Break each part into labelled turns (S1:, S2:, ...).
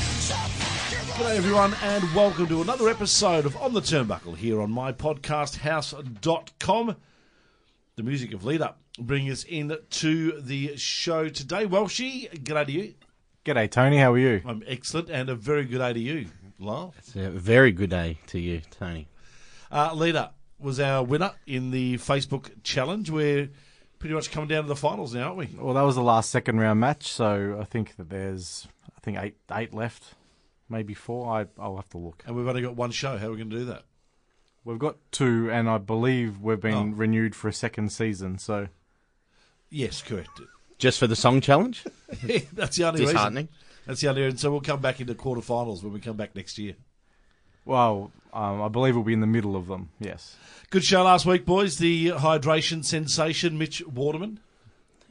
S1: G'day everyone and welcome to another episode of On the Turnbuckle here on mypodcasthouse.com. The music of lead up bringing us in to the show today. Welshie, g'day to you.
S2: G'day, Tony. How are you?
S1: I'm excellent and a very good day to you, Lyle.
S3: It's a very good day to you, Tony.
S1: Uh, lead up was our winner in the Facebook challenge. We're pretty much coming down to the finals now, aren't we?
S2: Well, that was the last second round match, so I think that there's, I think eight eight left, maybe four. I I'll have to look.
S1: And we've only got one show. How are we going to do that?
S2: We've got two, and I believe we've been
S1: Oh.
S2: renewed for a second season. So
S1: Yes, correct.
S3: Just for the song challenge?
S1: That's the only reason.
S3: Disheartening.
S1: That's the only reason. So we'll come back into quarterfinals when we come back next year.
S2: well, um, I believe we'll be in the middle of them. Yes.
S1: Good show last week, boys. The hydration sensation, Mitch Waterman.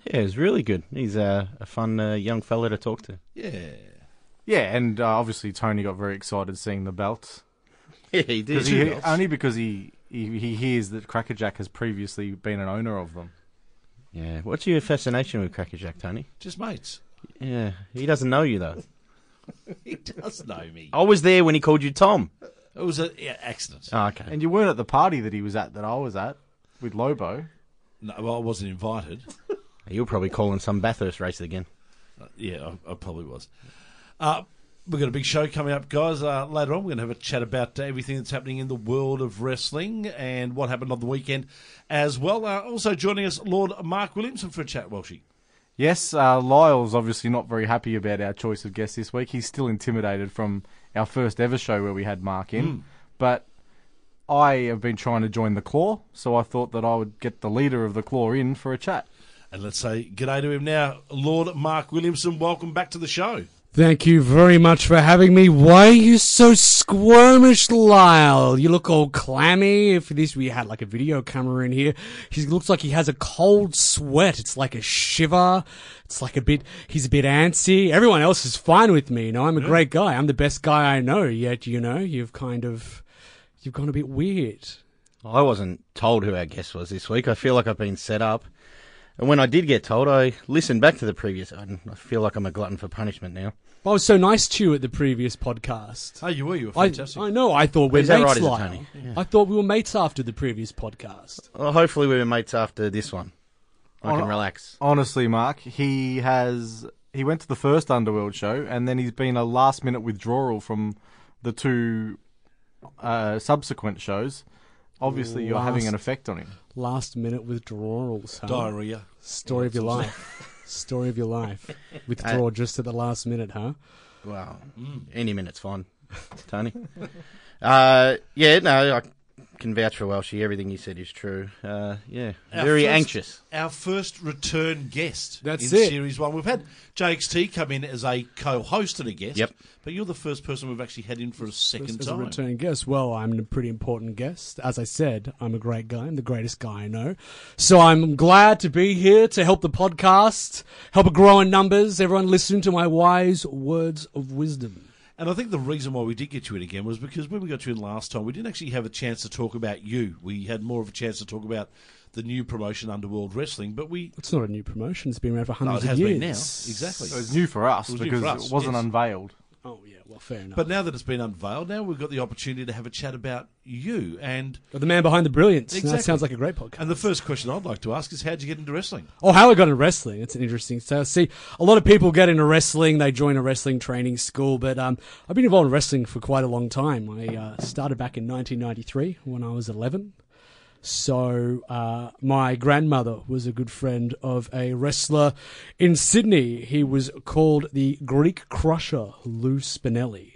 S3: Yeah, it's really good. He's a, a fun uh, young fella to talk to.
S1: Yeah.
S2: Yeah, and uh, obviously Tony got very excited seeing the belt.
S3: Yeah, he did.
S2: 'Cause he- only because he, he he hears that Crackerjack has previously been an owner of them.
S3: Yeah. What's your fascination with Cracker Jack, Tony?
S1: Just mates.
S3: Yeah, he doesn't know you though.
S1: He does know me.
S3: I was there when he called you Tom.
S1: It was an yeah, accident.
S3: Oh, okay.
S2: And you weren't at the party that he was at that I was at with Lobo.
S1: No, well, I wasn't invited.
S3: You're probably calling some Bathurst race again.
S1: Yeah, I, I probably was. Uh, we've got a big show coming up, guys. Uh, later on, we're going to have a chat about uh, everything that's happening in the world of wrestling and what happened on the weekend as well. Uh, also joining us, Lord Mark Williamson for a chat, Welshie.
S2: Yes, uh, Lyle's obviously not very happy about our choice of guest this week. He's still intimidated from our first ever show where we had Mark in.
S1: Hmm.
S2: But I have been trying to join the Claw, so I thought that I would get the leader of the Claw in for a chat.
S1: And let's say g'day to him now, Lord Mark Williamson. Welcome back to the show.
S4: Thank you very much for having me. Why are you so squirmish, Lyle? You look all clammy. If this we had like a video camera in here, he looks like he has a cold sweat. It's like a shiver. It's like a bit. He's a bit antsy. Everyone else is fine with me. You know, I'm a great guy. I'm the best guy I know. Yet, you know, you've kind of, you've gone a bit weird.
S3: I wasn't told who our guest was this week. I feel like I've been set up. And when I did get told, I listened back to the previous. I I feel like I'm a glutton for punishment now.
S4: I was so nice to you at the previous podcast.
S1: Oh, you were. You were
S4: I,
S1: fantastic.
S4: I know. I thought we're
S3: Is that
S4: mates,
S3: right, is it,
S4: Lyle.
S3: Tony?
S4: I thought we were mates after the previous podcast.
S3: Well, hopefully, we were mates after this one. I can
S2: Oh.
S3: relax.
S2: Honestly, Mark, he has he went to the first Underworld show, and then he's been a last minute withdrawal from the two uh, subsequent shows. Obviously, you're having an
S4: Last-
S2: effect on him.
S4: last minute withdrawals. Huh?
S1: Diarrhea.
S4: Story of your life. Story of your life. Withdraw
S1: Uh,
S4: just at the last minute, huh?
S3: Wow.
S4: Mm.
S3: Any minute's fine, Tony. uh, yeah, no, I can vouch for Welshie. Everything you said is true. Uh, yeah,
S1: Our
S3: very
S1: first-
S3: anxious.
S1: Our first return guest.
S4: That's
S1: in
S4: it.
S1: Series one. We've had JXT come in as a co-host and a guest.
S3: Yep.
S1: But you're the first person we've actually had in for a second
S4: As a
S1: time.
S4: return guest, well, I'm a pretty important guest. As I said, I'm a great guy. I'm the greatest guy I know. So I'm glad to be here to help the podcast, help it grow in numbers. Everyone listen to my wise words of wisdom.
S1: And I think the reason why we did get you in again was because when we got you in last time, we didn't actually have a chance to talk about you. We had more of a chance to talk about the new promotion Underworld Wrestling, but we
S4: It's not a new promotion. It's been around for
S1: no,
S4: hundreds
S1: it has
S4: of years.
S1: been now exactly.
S2: It was new for us
S1: It was new
S2: because
S1: for us,
S2: it wasn't
S1: yes.
S2: unveiled.
S4: Oh, yeah. Well, fair enough.
S1: But now that it's been unveiled, now we've got the opportunity to have a chat about you. And
S4: the man behind the brilliance. Now
S1: Exactly.
S4: That sounds like a great podcast.
S1: and the first question I'd like to ask is, how'd you get into wrestling?
S4: Oh, how I got into wrestling. It's an interesting tale. See, a lot of people get into wrestling. They join a wrestling training school, but um, I've been involved in wrestling for quite a long time. I uh, started back in 1993 when I was 11. So uh, my grandmother was a good friend of a wrestler in Sydney. He was called the Greek Crusher Lou Spinelli.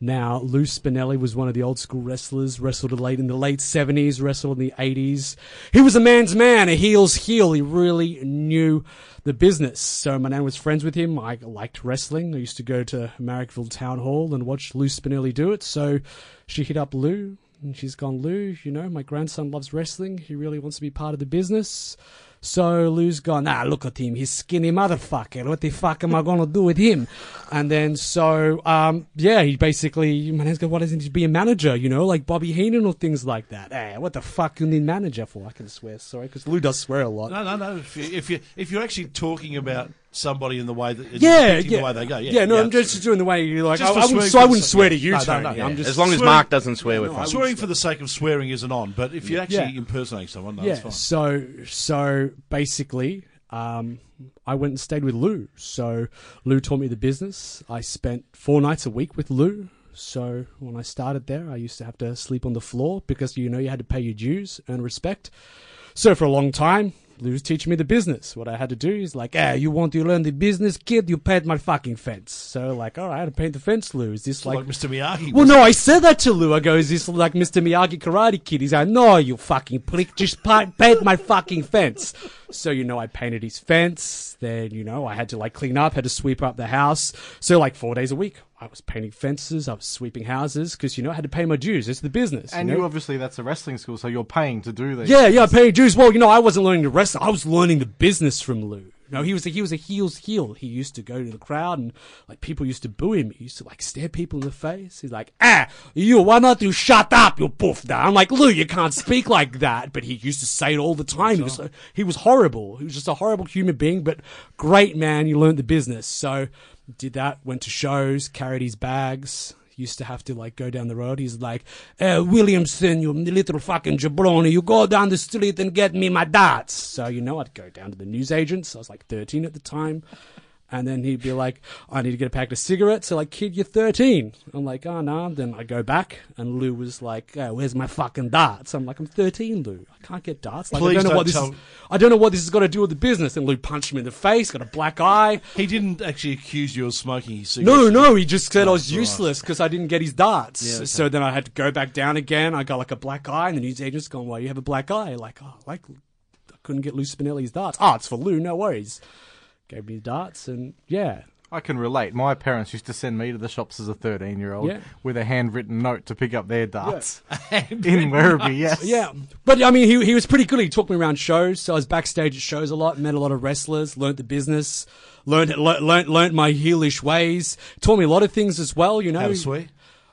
S4: Now, Lou Spinelli was one of the old school wrestlers, wrestled late in the late 70s, wrestled in the 80s. He was a man's man, a heel's heel. He really knew the business. So my nan was friends with him. I liked wrestling. I used to go to Marrickville Town Hall and watch Lou Spinelli do it. So she hit up Lou and she's gone, Lou, you know, my grandson loves wrestling. He really wants to be part of the business. So Lou's gone, ah, look at him. He's skinny motherfucker. What the fuck am I going to do with him? And then, so, um, yeah, he basically, my man's going, why doesn't he be a manager, you know, like Bobby Heenan or things like that? Eh, what the fuck you need manager for? I can swear, sorry, because Lou does swear a lot.
S1: No, no, no. If, you, if you if you're actually talking about somebody in the way that
S4: yeah,
S1: depicting
S4: yeah.
S1: the way they go, yeah,
S4: no, I'm just doing the way you're like,
S1: Just
S4: I,
S1: for
S4: I wouldn't,
S1: swearing
S4: so I
S1: for
S4: wouldn't
S1: the-
S4: swear to you,
S1: No, no,
S4: Tony.
S1: no,
S4: I'm
S1: yeah.
S4: just
S3: As long as
S1: Swearing-
S3: Mark doesn't swear with
S4: no, I
S3: us.
S1: swearing for the sake of swearing isn't on, but if you actually
S4: Yeah.
S1: impersonate someone, no,
S4: yeah.
S1: it's fine.
S4: So so basically, um, I went and stayed with Lou. So Lou taught me the business. I spent four nights a week with Lou. So when I started there, I used to have to sleep on the floor because you know you had to pay your dues and respect. So for a long time, Lou was teaching me the business. What I had to do is like, hey, you want to learn the business, kid? You paint my fucking fence. So like, all right, I paint the fence, Lou. Is this
S1: Like, Mr. Miyagi.
S4: well, no, I said that to Lou. I go, is this like Mr. Miyagi Karate Kid? He's like, no, you fucking prick. Just pa- paint my fucking fence. So, you know, I painted his fence. Then, you know, I had to like clean up, had to sweep up the house. So, like, four days a week, I was painting fences, I was sweeping houses because, you know, I had to pay my dues. It's the business.
S2: And
S4: you know?
S2: you obviously that's a wrestling school, so you're paying to do these.
S4: Yeah, yeah, paying dues. Well, you know, I wasn't learning to wrestle. I was learning the business from Lou. No, he was a, he was a heels heel. He used to go to the crowd and like people used to boo him. He used to like stare people in the face. He's like, "Ah, you, why not you shut up, you boofda?" I'm like, "Lou, you can't speak like that." But he used to say it all the time. He was he was horrible. He was just a horrible human being, but great man. He learned the business. So did that. Went to shows, carried his bags used to have to like go down the road. He's like, uh, Williamson, you little fucking jabroni, you go down the street and get me my darts. So, you know, I'd go down to the newsagents. I was like 13 at the time. And then he'd be like, I need to get a pack of cigarettes. So, like, kid, you're 13. I'm like, oh, no. Then I go back, and Lou was like, oh, where's my fucking darts? I'm like, I'm 13, Lou. I can't get darts. Like,
S1: Please
S4: I don't know
S1: don't
S4: what this
S1: tell-
S4: is. I don't know what this has got to do with the business. And Lou punched me in the face, got a black eye.
S1: he didn't actually accuse you of smoking his cigarette.
S4: No, no, he just said I was useless because I didn't get his darts.
S1: okay.
S4: So then I had to go back down again. I got like a black eye, and the newsagent's gone, "Why you have a black eye?" Like, oh, like I couldn't get Lou Spinelli's darts. Oh, it's for Lou. No worries. Gave me the darts, and yeah,
S2: I can relate. My parents used to send me to the shops as a 13 year old
S4: Yeah.
S2: with a handwritten note to pick up their darts in Werribee. Yes,
S4: yeah. But I mean, he he was pretty good. He took me around shows, so I was backstage at shows a lot. Met a lot of wrestlers, learnt the business, learned learnt learnt, learnt my heelish ways. Taught me a lot of things as well. You know,
S1: How to swear.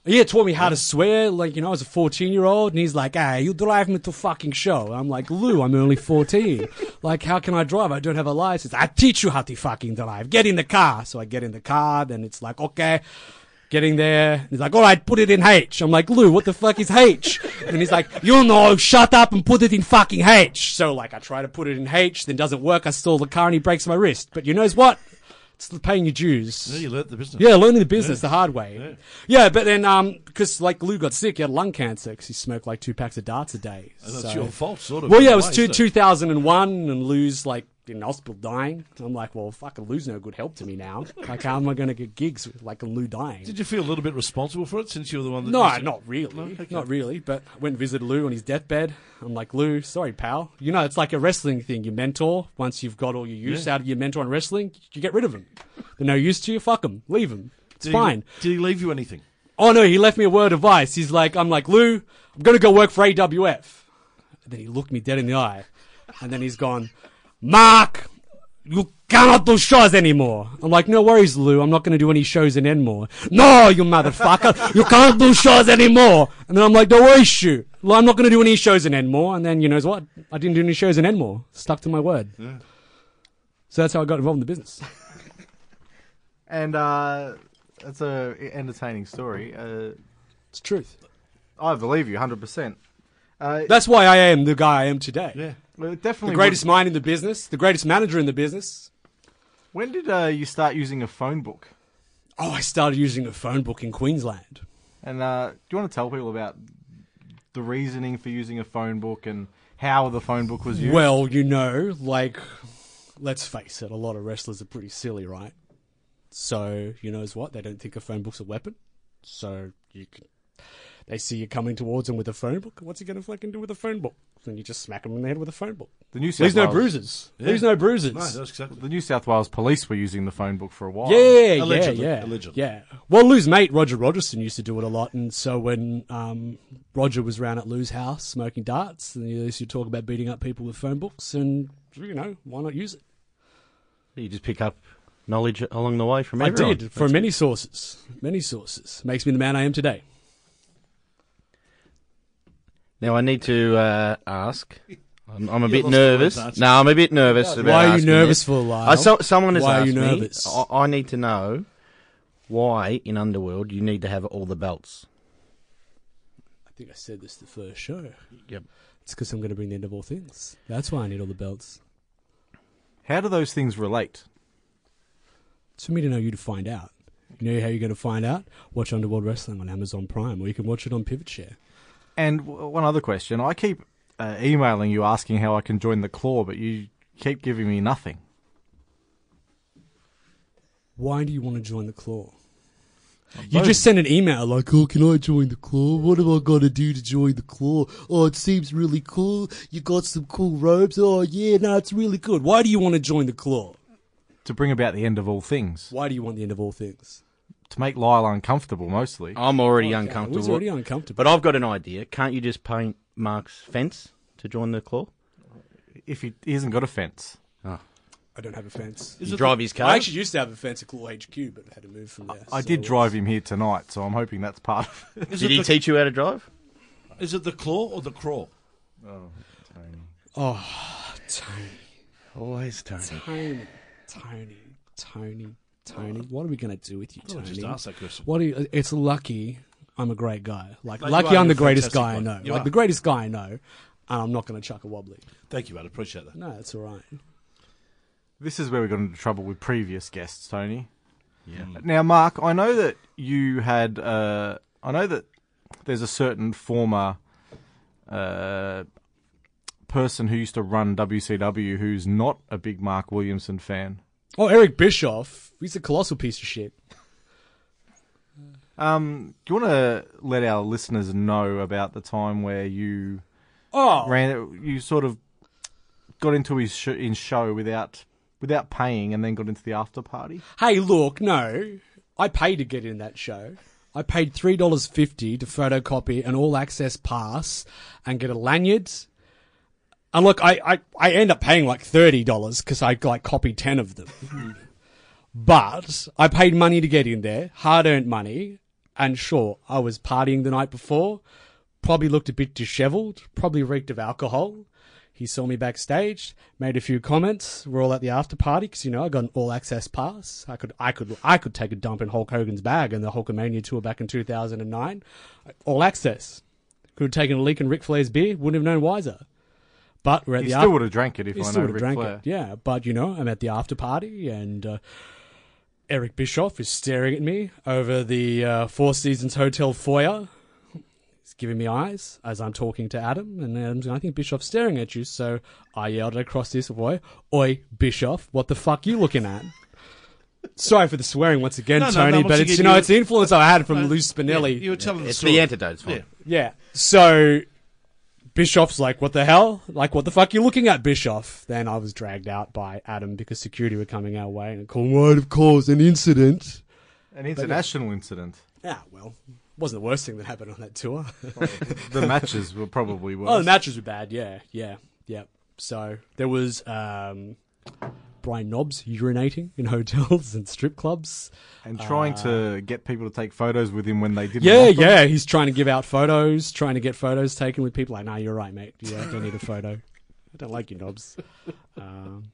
S4: Yeah, taught me how to swear. Like, you know, I was a 14 year old, and he's like, hey, you drive me to fucking show. I'm like, Lou, I'm only 14. like, how can I drive? I don't have a license. I teach you how to fucking drive. Get in the car. So I get in the car, then it's like, okay. Getting there, he's like, all right, put it in H. I'm like, Lou, what the fuck is H? and he's like, you know, shut up and put it in fucking H. So, like, I try to put it in H, then doesn't work. I stall the car and he breaks my wrist. But you knows what? It's the paying your dues.
S1: You learnt the business.
S4: Yeah, learning the business the hard way. Yeah, but then um, because like Lou got sick, he had lung cancer because he smoked like two packs of darts a day.
S1: That's
S4: So-
S1: your fault, sort of.
S4: Well,
S1: in
S4: yeah,
S1: a
S4: it was
S1: way,
S4: two,
S1: isn't it?
S4: 2001, and Lou's like in hospital dying. I'm like, well, fucking Lou's no good help to me now. Like, how am I going to get gigs with like Lou dying?
S1: Did you feel a little bit responsible for it since you were the one that.
S4: No,
S1: used it?
S4: not really.
S1: okay.
S4: Not really. But I went and visited Lou on his deathbed. I'm like, Lou, sorry, pal. You know, it's like a wrestling thing. Your mentor, once you've got all your use out of your mentor in wrestling, you get rid of them. They're no use to you. Fuck them. Leave them. It's
S1: Did he-
S4: fine.
S1: Did he leave you anything?
S4: Oh no, he left me a word of advice. He's like, I'm like, Lou, I'm gonna go work for AWF. And then he looked me dead in the eye. And then he's gone, Mark, you cannot do shows anymore. I'm like, no worries, Lou, I'm not gonna do any shows in Enmore. No, you motherfucker, you can't do shows anymore. And then I'm like, no worries, shoot. Well, I'm not gonna do any shows in Enmore. And then you know what? I didn't do any shows in Enmore. Stuck to my word. So that's how I got involved in the business.
S2: and uh, it's a entertaining story. Uh,
S4: It's truth.
S2: I believe you 100. percent uh,
S4: That's why I am the guy I am today.
S1: Yeah.
S2: well, it definitely.
S4: the
S2: would-
S4: greatest mind in the business, the greatest manager in the business.
S2: When did uh, you start using a phone book?
S4: Oh, I started using a phone book in Queensland.
S2: And uh, do you want to tell people about the reasoning for using a phone book and how the phone book was used?
S4: Well, you know, like, let's face it, a lot of wrestlers are pretty silly, right? So, you know what? They don't think a phone book's a weapon. So, you can, they see you coming towards them with a phone book. What's he going to fucking do with a phone book? Then you just smack him in the head with a phone book.
S2: the New South
S4: Leaves no
S2: Wales-
S4: bruises. Leaves no bruises.
S1: No, that's exactly.
S2: The New South Wales police were using the phone book for a while.
S4: Yeah,
S1: Allegedly,
S4: yeah, yeah,
S1: allegedly.
S4: yeah. Well, Lou's mate Roger Rogerson used to do it a lot, and so when um, Roger was round at Lou's house smoking darts, and he used to talk about beating up people with phone books, and you know why not use it?
S3: You just pick up knowledge along the way from
S4: I
S3: everyone.
S4: did from many sources, many sources. Makes me the man I am today.
S3: Now I need to uh, ask. I'm, I'm a bit
S1: lost the words,
S3: nervous.
S1: aren't you?
S3: no, I'm a bit nervous. About
S4: Why are you
S3: asking
S4: nervous
S3: this.
S4: for, Lyle?
S3: I saw someone has
S4: Why are
S3: asked
S4: you
S3: me,
S4: nervous?
S3: I, I need to know why in Underworld you need to have all the belts.
S4: I think I said this the first show.
S3: Yep.
S4: It's because I'm going to bring the end of all things. That's why I need all the belts.
S2: How do those things relate?
S4: It's for me to know you to find out. You know how you're going to find out? Watch Underworld Wrestling on Amazon Prime, or you can watch it on Pivot Share.
S2: And w- one other question. I keep uh, emailing you asking how I can join the claw, but you keep giving me nothing.
S4: Why do you want to join the Claw? You just send an email like, oh, can I join the claw? What have I got to do to join the claw? Oh, it seems really cool. You got some cool robes. Oh, yeah, no, it's really good. Why do you want to join the claw?
S2: To bring about the end of all things.
S4: Why do you want the end of all things?
S2: To make Lyle uncomfortable, mostly.
S3: I'm already
S4: Okay,
S3: uncomfortable.
S4: he's already uncomfortable.
S3: But I've got an idea. Can't you just paint Mark's fence to join the claw?
S2: If he, he hasn't got a fence.
S4: I don't have a fence.
S3: You drive his car.
S4: I actually used to have a fence at Claw HQ, but I had to move from there.
S2: I
S4: so
S2: did
S4: it's-
S2: drive him here tonight, so I'm hoping that's part of it.
S1: Is
S3: Did
S1: it
S3: he
S1: the-
S3: teach you how to drive?
S1: Is it the claw or the crawl?
S4: Tony,
S3: Always, Tony.
S4: Tony, Tony, Tony, Tony. What are we going to do with you,
S1: I
S4: Tony?
S1: just asked that question.
S4: What do you, it's lucky I'm a great guy. Like,
S1: No, you
S4: lucky
S1: are,
S4: I'm
S1: you're
S4: the
S1: a fantastic
S4: greatest guy I
S1: bloke.
S4: know.
S1: You
S4: like
S1: are.
S4: the greatest guy I know, and I'm not going to chuck a wobbly.
S1: Thank you, mate. I appreciate that.
S4: No, that's all right.
S2: This is where we got into trouble with previous guests, Tony. Yeah.
S4: Hmm.
S2: Now, Mark, I know that you had. Uh, I know that there's a certain former uh, person who used to run WCW who's not a big Mark Williamson fan.
S4: Oh, Eric Bischoff, he's a colossal piece of shit.
S2: Um, do you want to let our listeners know about the time where you
S4: Oh,
S2: ran? You sort of got into his sh- in show without without paying, and then got into the after party.
S4: hey, look, no, I paid to get in that show. I paid three dollars fifty to photocopy an all access pass and get a lanyard. And look, I, I, I end up paying like thirty dollars because I like copied ten of them. But I paid money to get in there, hard earned money, and sure, I was partying the night before, probably looked a bit disheveled, probably reeked of alcohol. He saw me backstage, made a few comments. We're all at the after party because you know I got an all access pass. I could, I could, I could take a dump in Hulk Hogan's bag in the Hulkamania tour back in 2009. All access. Could have taken a leak in Ric Flair's beer, wouldn't have known wiser. But we're at
S2: He
S4: the
S2: still
S4: after-
S2: would have drank it if
S4: he
S2: I know
S4: still would have
S2: Ric
S4: drank
S2: Flair.
S4: it. Yeah, but you know, I'm at the after party, and uh, Eric Bischoff is staring at me over the uh, Four Seasons Hotel foyer. He's giving me eyes as I'm talking to Adam, and Adam's going, I think Bischoff's staring at you. So I yelled across this boy, "Oi, Bischoff, what the fuck you looking at?" Sorry for the swearing once again,
S1: No, no,
S4: Tony,
S1: no, once
S4: but it's
S1: again,
S4: you know
S1: you-
S4: it's the influence I had from Lou
S1: Yeah,
S4: Spinelli.
S1: you were telling the
S3: It's
S1: story.
S3: the antidote. Fine.
S1: Yeah.
S4: Yeah. So Bischoff's like, what the hell? Like, what the fuck are you looking at, Bischoff? Then I was dragged out by Adam because security were coming our way and called, might have caused an incident.
S2: An international incident.
S4: Ah, well, wasn't the worst thing that happened on that tour.
S2: The matches were probably worse.
S4: oh, the matches were bad. Yeah, yeah, yeah. So there was um, Brian Knobs urinating in hotels and strip clubs.
S2: and trying to get people to take photos with him when they didn't.
S4: Ah. Yeah,
S2: want them.
S4: yeah. He's trying to give out photos, trying to get photos taken with people. Like, nah, you're right, mate. Yeah, I don't need a photo. I don't like you, knobs. Um,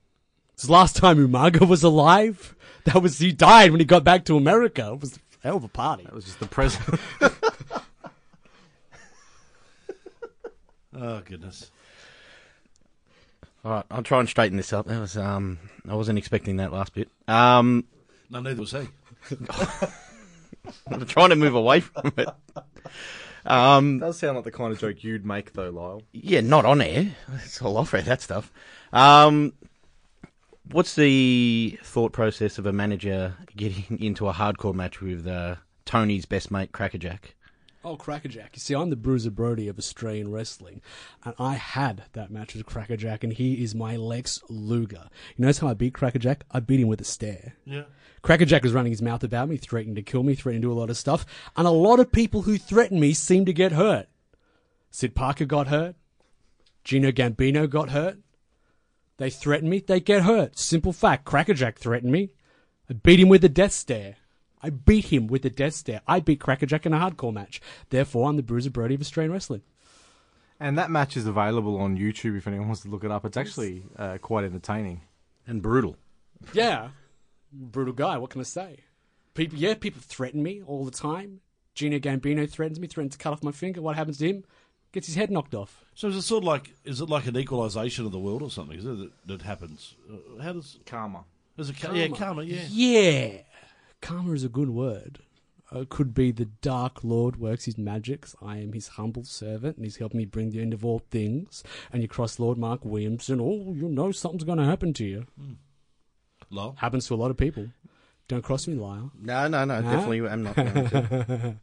S4: this last time Umaga was alive, that was he died when he got back to America. It was a hell of a party.
S2: It was just the president.
S1: Oh goodness.
S3: All right, I'll try and straighten this up. That was um, I wasn't expecting that last bit. Um,
S1: No, neither was he.
S3: I'm trying to move away from it. Um,
S2: Does sound like the kind of joke you'd make, though, Lyle.
S3: yeah, not on air. It's all off air, that stuff. Um, what's the thought process of a manager getting into a hardcore match with uh, Tony's best mate, Crackerjack?
S4: Oh, Crackerjack. You see, I'm the Bruiser Brody of Australian wrestling, and I had that match with Crackerjack, and he is my Lex Luger. You notice how I beat Crackerjack? I beat him with a stare.
S1: Yeah.
S4: Crackerjack was running his mouth about me, threatening to kill me, threatening to do a lot of stuff, and a lot of people who threatened me seemed to get hurt. Sid Parker got hurt. Gino Gambino got hurt. They threatened me, they get hurt. Simple fact. Crackerjack threatened me. I beat him with a death stare. I beat him with a death stare. I beat Crackerjack in a hardcore match. Therefore, I'm the Bruiser Brody of Australian wrestling.
S2: And that match is available on YouTube if anyone wants to look it up. It's actually uh, quite entertaining.
S3: And brutal.
S4: Yeah. Brutal guy, what can I say? People yeah, people threaten me all the time. Gino Gambino threatens me, threatens to cut off my finger. What happens to him? Gets his head knocked off.
S1: So is it sort of like is it like an equalisation of the world or something? Is it that, that happens? Uh, How does
S2: Karma.
S1: is it? Karma. Yeah, karma. Yeah.
S4: Yeah. Karma is a good word. Uh, could be the Dark Lord works his magics. I am his humble servant, and he's helping me bring the end of all things. And you cross Lord Mark Williamson, oh, you'll know something's going to happen to you.
S1: Lol.
S4: Happens to a lot of people. Don't cross me, Lyle.
S3: No, no, no, definitely I'm not. going to.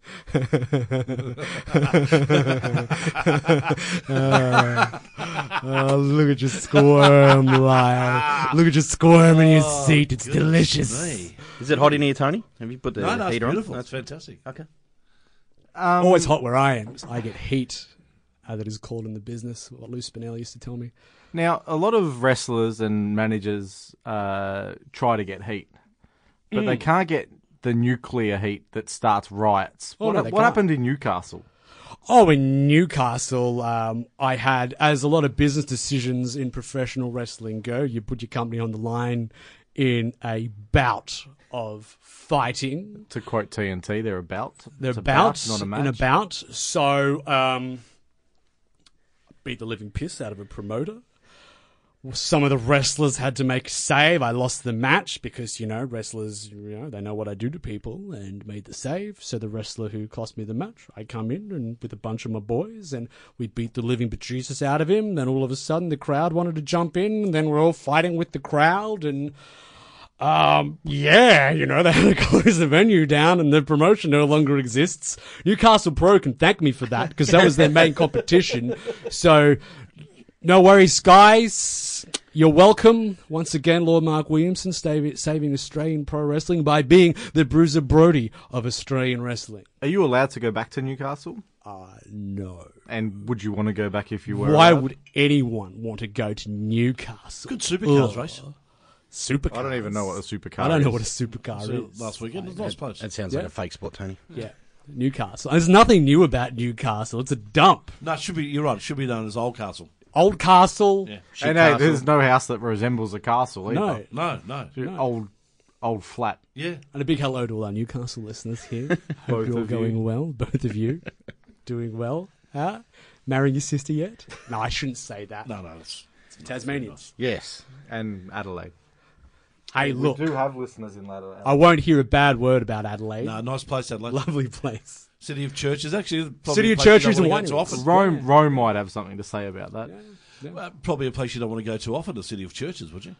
S4: Oh, look at your squirm, Lyle. Look at your squirm in your seat. It's delicious.
S1: Me.
S3: Is it hot in here, Tony? Have you put the
S1: No, no, it's
S3: heater
S1: beautiful.
S3: on?
S1: That's fantastic.
S3: Okay.
S4: Always hot where I am. I get heat. How that is called in the business, what Lou Spinelli used to tell me.
S2: Now, a lot of wrestlers and managers uh, try to get heat, but
S4: Mm.
S2: they can't get the nuclear heat that starts riots.
S4: Oh,
S2: what
S4: no, they
S2: what
S4: can't.
S2: happened in Newcastle?
S4: Oh, in Newcastle, um, I had, as a lot of business decisions in professional wrestling go, you put your company on the line in a bout of fighting.
S2: To quote TNT, they're about.
S4: They're
S2: It's a
S4: about,
S2: bout, not a match.
S4: in a bout. So, um, beat the living piss out of a promoter. Some of the wrestlers had to make a save. I lost the match because, you know, wrestlers, you know, they know what I do to people and made the save. So the wrestler who cost me the match, I come in and with a bunch of my boys and we beat the living bejesus out of him. Then all of a sudden the crowd wanted to jump in and then we're all fighting with the crowd and um, yeah, you know, they had to close the venue down and the promotion no longer exists. Newcastle Pro can thank me for that because that was their main competition. So, no worries, guys. You're welcome. Once again, Lord Mark Williamson sta- saving Australian pro wrestling by being the Bruiser Brody of Australian wrestling.
S2: Are you allowed to go back to Newcastle?
S4: Uh, no.
S2: And would you want to go back if you were?
S4: Why
S2: allowed?
S4: would anyone want to go to Newcastle?
S1: Good supercars
S4: Ugh.
S1: race.
S4: Supercar.
S2: I don't even know what a supercar.
S4: I don't know
S2: is.
S4: what a supercar
S1: So
S4: is.
S1: last weekend, it was last place.
S3: That sounds
S4: Yeah.
S3: like a fake sport, Tony.
S4: Yeah. Newcastle. There's nothing new about Newcastle. It's a dump.
S1: No, it should be. You're right. It should be known as Old Castle.
S4: Old Castle.
S1: Yeah.
S2: And hey, there's no house that resembles a castle either.
S4: No.
S1: No, no.
S2: Your Old, old flat.
S1: Yeah.
S4: And a big hello to all our Newcastle listeners here. Hope
S2: Both
S4: you're all
S2: of you.
S4: going well. Both of you doing well. Huh? Marrying your sister yet? No, I shouldn't say that.
S1: No, no. It's,
S4: Tasmanians.
S3: Yes.
S2: And Adelaide.
S4: Hey, look,
S2: have listeners in Adelaide.
S4: I won't hear a bad word about Adelaide.
S1: no, nice place. Adelaide.
S4: Lovely place.
S1: City of Churches. Actually, probably
S4: City
S1: a
S4: of
S1: place you don't
S4: Churches
S1: wanna
S4: and
S1: go
S4: wineries.
S1: to often.
S2: Rome, Rome might have something to say about that.
S1: Well, Uh, probably a place you don't want to go to often. The City of Churches, would you?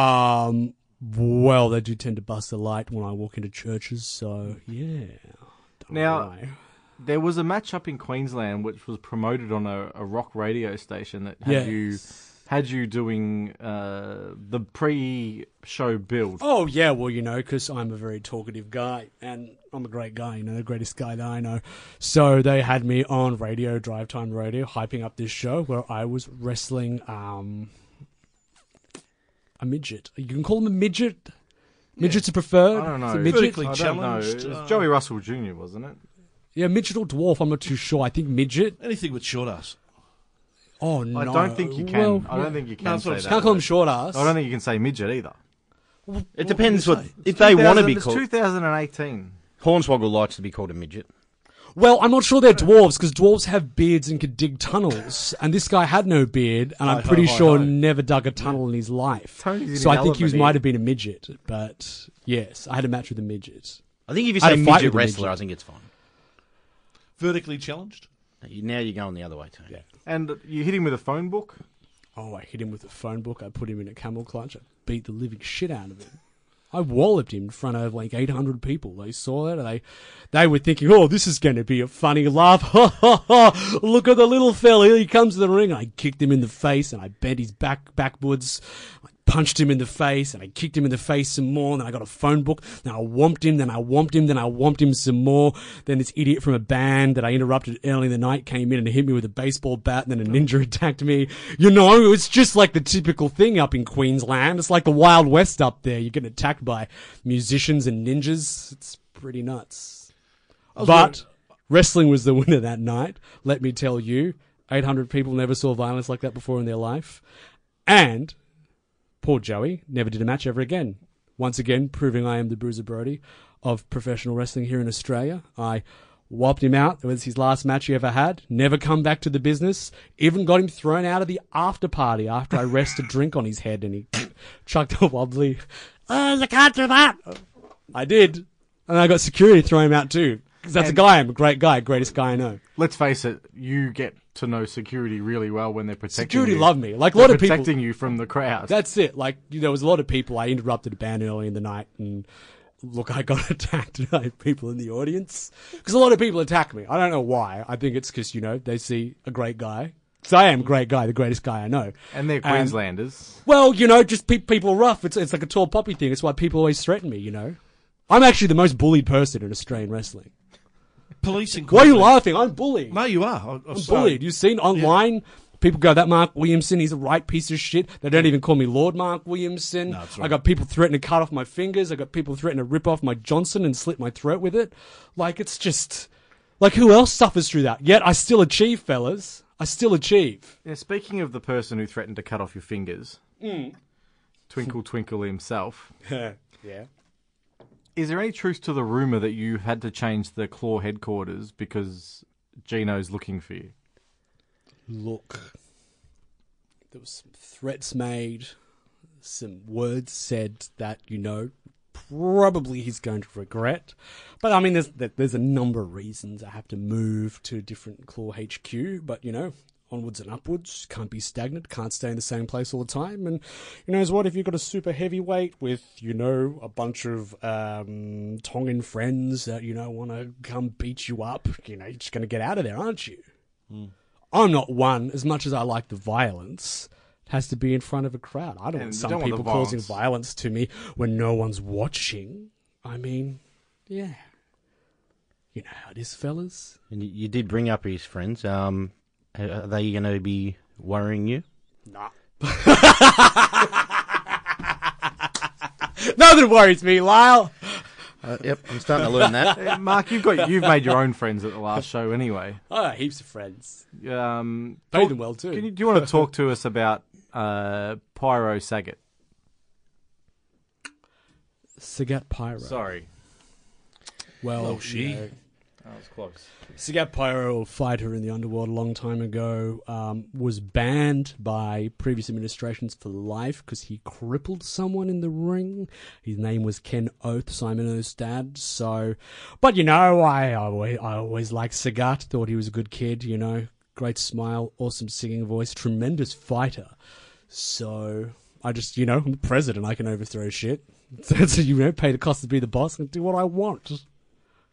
S4: Um, well, they do tend to bust a light when I walk into churches, so yeah. Don't
S2: Now-
S4: know why.
S2: There was a match up in Queensland which was promoted on a, a rock radio station that had
S4: Yes.
S2: you had you doing uh, the pre-show build.
S4: Oh yeah, well you know, because I'm a very talkative guy, and I'm a great guy, you know, the greatest guy that I know. So they had me on radio, drive time radio, hyping up this show where I was wrestling um, a midget. You can call him a midget. Midgets are preferred.
S2: I don't know.
S4: Is it midget?
S1: Vertically
S2: I don't
S1: challenged,
S2: Know. It was
S1: uh,
S2: Joey Russell Jr. wasn't it?
S4: Yeah, midget or dwarf. I'm not too sure. I think midget.
S1: Anything with short ass.
S4: Oh no,
S2: I don't think you can.
S4: Well,
S2: I don't think you can
S1: that's
S2: say
S1: what I'm
S2: that.
S4: can't call him short ass.
S2: I don't think you can say midget either.
S3: It depends what if they want to be
S2: It's
S3: called.
S2: 2018.
S3: Hornswoggle likes to be called a midget.
S4: Well, I'm not sure they're dwarves because dwarves have beards and can dig tunnels, and this guy had no beard, and I'm
S1: Hi, ho,
S4: pretty
S1: hi,
S4: sure
S1: ho.
S4: never dug a tunnel in his life.
S2: Tony's in
S4: so
S2: an
S4: I think he was,
S2: element
S4: might
S2: here.
S4: have been a midget, but yes, yes, I had a match with a midget.
S3: I think if you
S4: I had
S3: say
S4: a fight
S3: midget
S4: with a
S3: wrestler,
S4: midget.
S3: I think it's fine.
S1: vertically challenged.
S3: You- Now you're going the other way, Tony.
S4: Yeah.
S2: And you hit him with a phone book.
S4: Oh, I hit him with a phone book. I put him in a camel clutch. I beat the living shit out of him. I walloped him in front of like 800 people. They saw that and they, they were thinking, oh, this is going to be a funny laugh. Ha ha ha. Look at the little fella. Here he comes to the ring. And I kicked him in the face and I bent his back backwards. I punched him in the face and I kicked him in the face some more. And then I got a phone book. Then I whomped him. Then I whomped him. Then I whomped him some more. Then this idiot from a band that I interrupted early in the night came in and hit me with a baseball bat. And then a ninja attacked me. You know, it's just like the typical thing up in Queensland. It's like the Wild West up there. You get attacked by musicians and ninjas. It's pretty nuts. But wrestling was the winner that night. Let me tell you, 800 people never saw violence like that before in their life. And poor Joey never did a match ever again. Once again, proving I am the Bruiser Brody of professional wrestling here in Australia. I whopped him out. It was his last match he ever had. Never come back to the business. Even got him thrown out of the after party after I rest a drink on his head and he chucked a wobbly. Oh, you can't do that. I did. And I got security throwing him out too. 'Cause that's a guy I'm a great guy, greatest guy I know.
S2: Let's face it, you get to know security really well when they're protecting
S4: Security
S2: you.
S4: love me. Like a
S2: They're
S4: lot of people.
S2: protecting you from the crowd.
S4: That's it. Like you, there was a lot of people. I interrupted a band early in the night, and look, I got attacked by people in the audience because a lot of people attack me. I don't know why. I think it's because you know they see a great guy. So I am a great guy, the greatest guy I know.
S2: and they're
S4: And-
S2: Queenslanders.
S4: well, you know, just pe- people are rough. It's it's like a tall poppy thing. It's why people always threaten me. You know, I'm actually the most bullied person in Australian wrestling.
S1: Policing.
S4: Why are you laughing? I'm bullied.
S1: No, you are. I, I'm
S4: I'm
S1: sorry.
S4: bullied. You've seen online. People go, that Mark Williamson, he's a right piece of shit. They don't even call me Lord Mark Williamson.
S1: No, that's right.
S4: I got people threatening to cut off my fingers. I got people threatening to rip off my Johnson and slit my throat with it. Like, it's just, like, who else suffers through that? Yet I still achieve, fellas. I still achieve.
S2: Yeah, speaking of the person who threatened to cut off your fingers, Twinkle Twinkle himself,
S4: yeah.
S2: is there any truth to the rumor that you had to change the Claw headquarters because Gino's looking for you?
S4: Look, there was some threats made, some words said that, you know, probably he's going to regret. But I mean, there's there- there's a number of reasons I have to move to a different Claw HQ. But you know, onwards and upwards, can't be stagnant, can't stay in the same place all the time. And you know, as what if you've got a super heavyweight with you know a bunch of um, Tongan friends that you know want to come beat you up, you know, you're just going to get out of there, aren't you? I'm not one. As much as I like the violence. it Has to be in front of a crowd. I
S2: And
S4: don't want
S2: you
S4: some
S2: don't want the
S4: people causing
S2: violence.
S4: violence to me when no one's watching. I mean, yeah. You know how it is, fellas.
S3: And you, you did bring up his friends. Um, are- are they going to be worrying you?
S4: Nah. Nothing worries me, Lyle.
S3: Uh, yep, I'm starting to learn that.
S2: Uh, Mark, you've got you've made your own friends at the last show anyway.
S4: I have Oh, heaps of friends. Oh,
S2: Um,
S4: Pay them well, too.
S2: can you, do you want to talk to us about uh, Pyro Sagat?
S4: Sagat Pyro.
S2: Sorry,
S4: Well,
S1: Oh, she.
S4: you know,
S2: that was close.
S4: Sagat Pyro, a fighter in the underworld a long time ago, um, was banned by previous administrations for life because he crippled someone in the ring. His name was Ken Oath, Simon Oath's dad. So, but you know, I always, I always liked Sagat. Thought he was a good kid. You know, great smile, awesome singing voice, tremendous fighter. So I just, you know, I'm the president. I can overthrow shit. That's you know, pay the cost to be the boss and do what I want.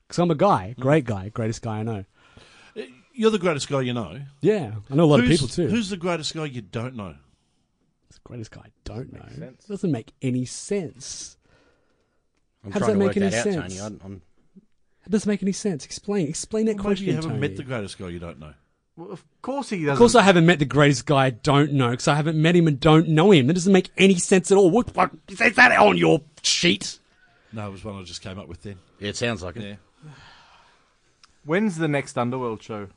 S4: Because I'm a guy,
S1: Mm.
S4: great guy, greatest guy I know.
S1: You're the greatest guy you know.
S4: Yeah, I know a lot
S1: who's,
S4: of people too.
S1: Who's the greatest guy you don't know?
S4: It's the greatest guy I don't know? Doesn't make any sense.
S3: I'm
S4: How does
S3: trying to
S4: that make
S3: work
S4: any
S3: that out,
S4: sense?
S3: Tony. I, I'm,
S4: It doesn't make any sense. Explain, explain that
S1: Maybe
S4: question.
S1: you haven't
S4: Tony.
S1: met the greatest guy you don't know.
S2: Well, of course he doesn't.
S4: Of course, I haven't met the greatest guy I don't know because I haven't met him and don't know him. That doesn't make any sense at all. What, what is that on your sheet?
S1: No, it was one I just came up with then.
S3: it sounds like it.
S1: Yeah.
S2: When's the next Underworld show?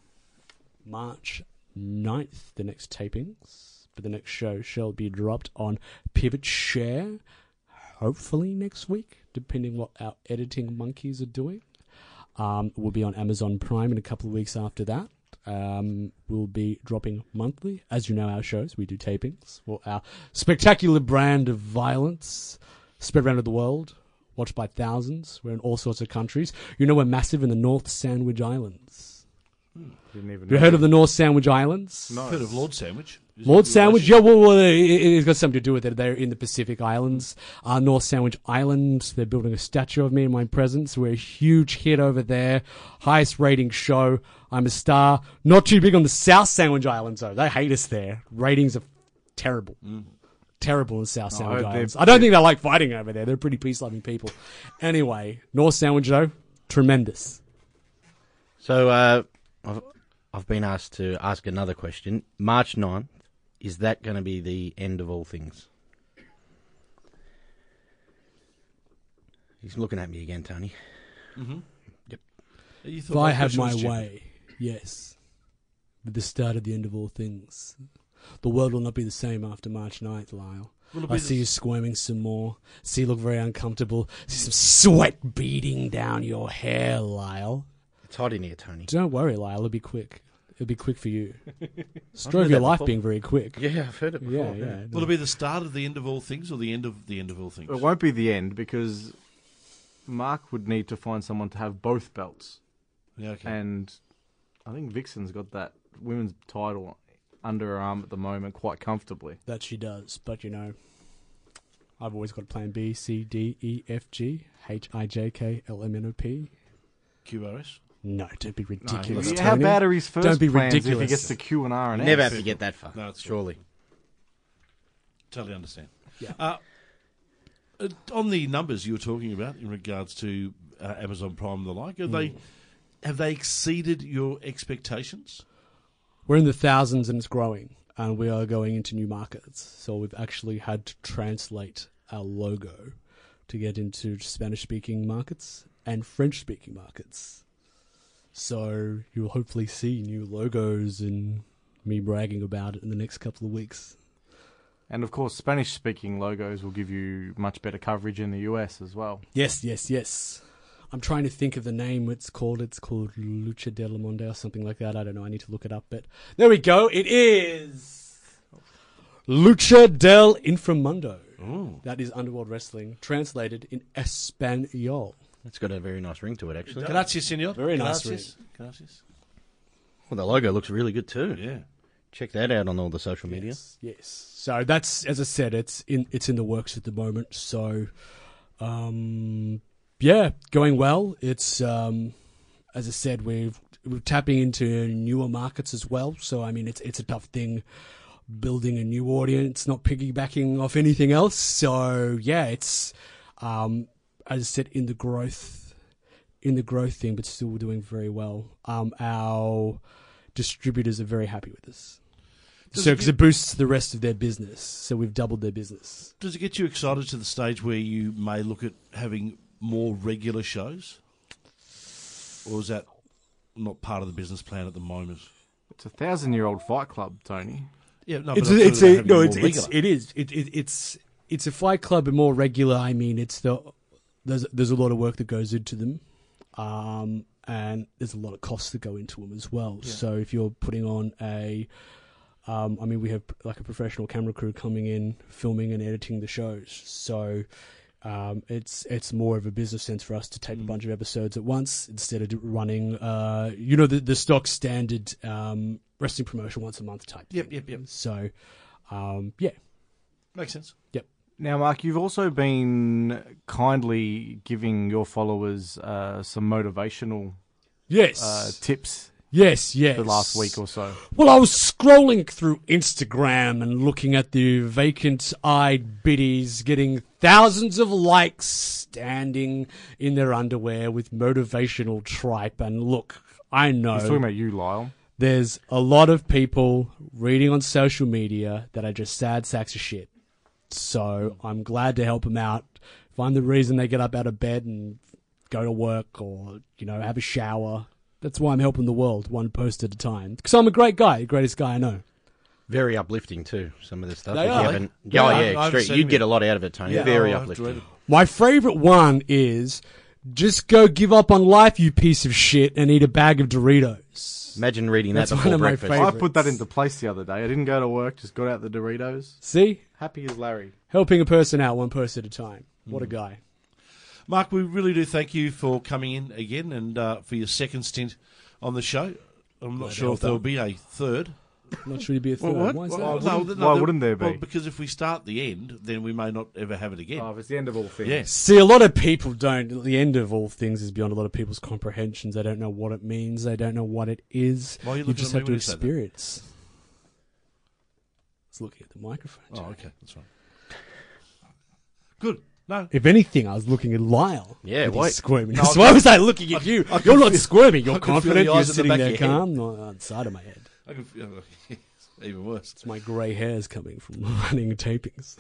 S4: March 9th, the next tapings for the next show shall be dropped on Pivot Share, hopefully next week, depending what our editing monkeys are doing. Um, we'll be on Amazon Prime in a couple of weeks after that. Um, we'll be dropping monthly. As you know, our shows, we do tapings for our spectacular brand of violence spread around the world, watched by thousands. We're in all sorts of countries. You know, we're massive in the North Sandwich Islands.
S2: Hmm, Didn't even
S4: Have you heard of the North Sandwich Islands?
S2: No.
S1: Heard of Lord Sandwich? Is
S4: Lord
S1: it
S4: Sandwich,
S1: Russian?
S4: yeah, well, well it, it- it's got something to do with it. They're in the Pacific Islands, uh, North Sandwich Island. They're building a statue of me in my presence. We're a huge hit over there. Highest rating show. I'm a star. Not too big on the South Sandwich Islands, though. They hate us there. Ratings are terrible. Terrible in South
S2: I heard Mm.
S4: Sandwich
S2: Oh, they're-
S4: Islands. I don't think they like fighting over there. They're pretty peace loving people. Anyway, North Sandwich, though, tremendous.
S3: So uh, I've, I've been asked to ask another question. March 9th, is that going to be the end of all things? He's looking at me again, Tony.
S1: You thought
S4: If I
S1: that
S4: had
S1: question
S4: my
S1: was stupid.
S4: way, yes. But the start of the end of all things. The world will not be the same after March 9th, Lyle.
S1: Will it be
S4: I
S1: the
S4: see you squirming some more. See you look very uncomfortable. See some sweat beading down your hair, Lyle.
S3: It's hot in here, Tony.
S4: Don't worry, Lyle. It'll be quick. It'll be quick for you.
S3: heard
S4: Strove your
S3: that
S4: life
S3: before.
S4: being very quick.
S3: Yeah, I've heard it before.
S4: yeah. yeah.
S1: Will it be the start of the end of all things or the end of the end of all things?
S2: It won't be the end because Mark would need to find someone to have both belts,
S1: Yeah, okay.
S2: and I think Vixen's got that women's title under her arm at the moment quite comfortably.
S4: That she does, but you know, I've always got plan B, C, D, E, F, G, H, I, J, K, L, M, N, O, P.
S1: QRS?
S4: No, don't be ridiculous.
S2: Yeah, How
S4: Tony.
S2: bad are his 1st
S4: Don't be
S2: plans if he
S4: ridiculous.
S2: gets to Q and R and
S3: Never
S2: S?
S3: have to get that far,
S1: No, it's good.
S3: surely.
S1: Totally understand.
S4: Yeah.
S1: Uh, uh, on the numbers you were talking about in regards to uh, Amazon Prime and the like,
S4: Hmm.
S1: have they have they exceeded your expectations?
S4: We're in the thousands and it's growing, and we are going into new markets. So we've actually had to translate our logo to get into Spanish speaking markets and French speaking markets. So you'll hopefully see new logos and me bragging about it in the next couple of weeks.
S2: And of course, Spanish-speaking logos will give you much better coverage in the US as well.
S4: Yes, yes, yes. I'm trying to think of the name it's called. It's called Lucha del Monde or something like that. I don't know. I need to look it up. But there we go. It is Lucha del Inframundo. That is Underworld Wrestling translated in Espanol.
S3: It's got a very nice ring to it, actually.
S1: Gracias, senor.
S4: Very nice
S1: Gracias. Gracias.
S3: Well, the logo looks really good, too.
S1: Yeah.
S3: Check that out on all the social media.
S4: Yes, yes. So that's as I said, it's in it's in the works at the moment. So, um, yeah, going well. It's um, as I said, we've we're tapping into newer markets as well. So I mean, it's it's a tough thing building a new audience, not piggybacking off anything else. So yeah, it's um, as I said, in the growth in the growth thing, but still doing very well. Um, our distributors are very happy with us.
S1: Does
S4: So,
S1: it
S4: because it boosts the rest of their business. So we've doubled their business.
S1: Does it get you excited to the stage where you may look at having more regular shows? Or is that not part of the business plan at the moment?
S2: It's a thousand-year-old fight club, Tony.
S1: Yeah, no,
S4: It's
S1: but I'm talking about
S4: it's a
S1: having
S4: no.
S1: more
S4: It's, it's
S1: regular.
S4: it is it, it it's it's a fight club and more regular. I mean, it's the there's there's a lot of work that goes into them, um, and there's a lot of costs that go into them as well. So if you're putting on a um, I mean, we have like a professional camera crew coming in, filming and editing the shows. So um, it's it's more of a business sense for us to
S1: Mm.
S4: tape a bunch of episodes at once instead of do- running, uh, you know, the, the stock standard um, wrestling promotion once a month type.
S1: Yep,
S4: thing.
S1: yep, yep.
S4: So, um, yeah,
S1: Makes sense.
S4: yep.
S2: Now, Mark, you've also been kindly giving your followers uh, some motivational
S4: Yes,
S2: uh, tips
S4: yes, yes.
S2: the last week or so.
S4: Well, I was scrolling through Instagram and looking at the vacant eyed biddies getting thousands of likes standing in their underwear with motivational tripe. And look, I
S2: He's talking
S4: know
S2: about you, Lyle.
S4: there's a lot of people reading on social media that are just sad sacks of shit. So I'm glad to help them out. If I'm the reason they get up out of bed and go to work or, you know, have a shower, that's why I'm helping the world one post at a time. Because I'm a great guy, the greatest guy I know.
S3: Very uplifting, too, some of the stuff.
S4: They
S3: if you
S4: are.
S3: haven't-
S1: They
S3: Oh,
S1: are.
S3: yeah,
S1: I've
S3: extreme.
S1: seen
S3: You'd
S1: them.
S3: get a lot out of it, Tony.
S1: Yeah,
S3: Very
S4: Oh,
S1: I'll have to read
S3: uplifting.
S1: it.
S4: My favorite one is just go give up on life, you piece of shit, and eat a bag of Doritos.
S3: Imagine reading that
S4: That's one
S3: before
S4: of my
S3: breakfast.
S4: favourite-
S2: I put that into place the other day. I didn't go to work, just got out the Doritos.
S4: See?
S2: Happy as Larry.
S4: Helping a person out one post at a time. What a guy.
S1: Mark, we really do thank you for coming in again and uh, for your second stint on the show. I'm not sure if there'll be a third.
S4: I'm not sure you'd be a third.
S3: what?
S4: Why is
S1: Well,
S4: that?
S1: no,
S2: wouldn't-
S1: no,
S2: why
S1: there-
S2: wouldn't there be?
S1: Well, because if we start the end, then we may not ever have it again.
S2: Oh, if it's the end of all things.
S1: yes.
S4: See, a lot of people don't. The end of all things is beyond a lot of people's comprehensions. They don't know what it means. They don't know what it is.
S1: Why are you
S4: you
S1: looking
S4: just
S1: at me
S4: have to
S1: when you say that?
S4: experience. It's looking at the microphone.
S1: Oh, okay, that's right. Good. No,
S4: If anything, I was looking at Lyle.
S3: Yeah,
S4: with his
S3: why-
S4: squirming.
S1: No, I
S4: so why was I looking at you? you're not squirming. You're
S1: I could feel
S4: confident.
S1: the
S4: You're
S1: eyes at the
S4: sitting
S1: back of
S4: there
S1: your head.
S4: calm. No, on the side of my head.
S1: I can, feel- even worse.
S4: It's my grey hairs coming from running tapings.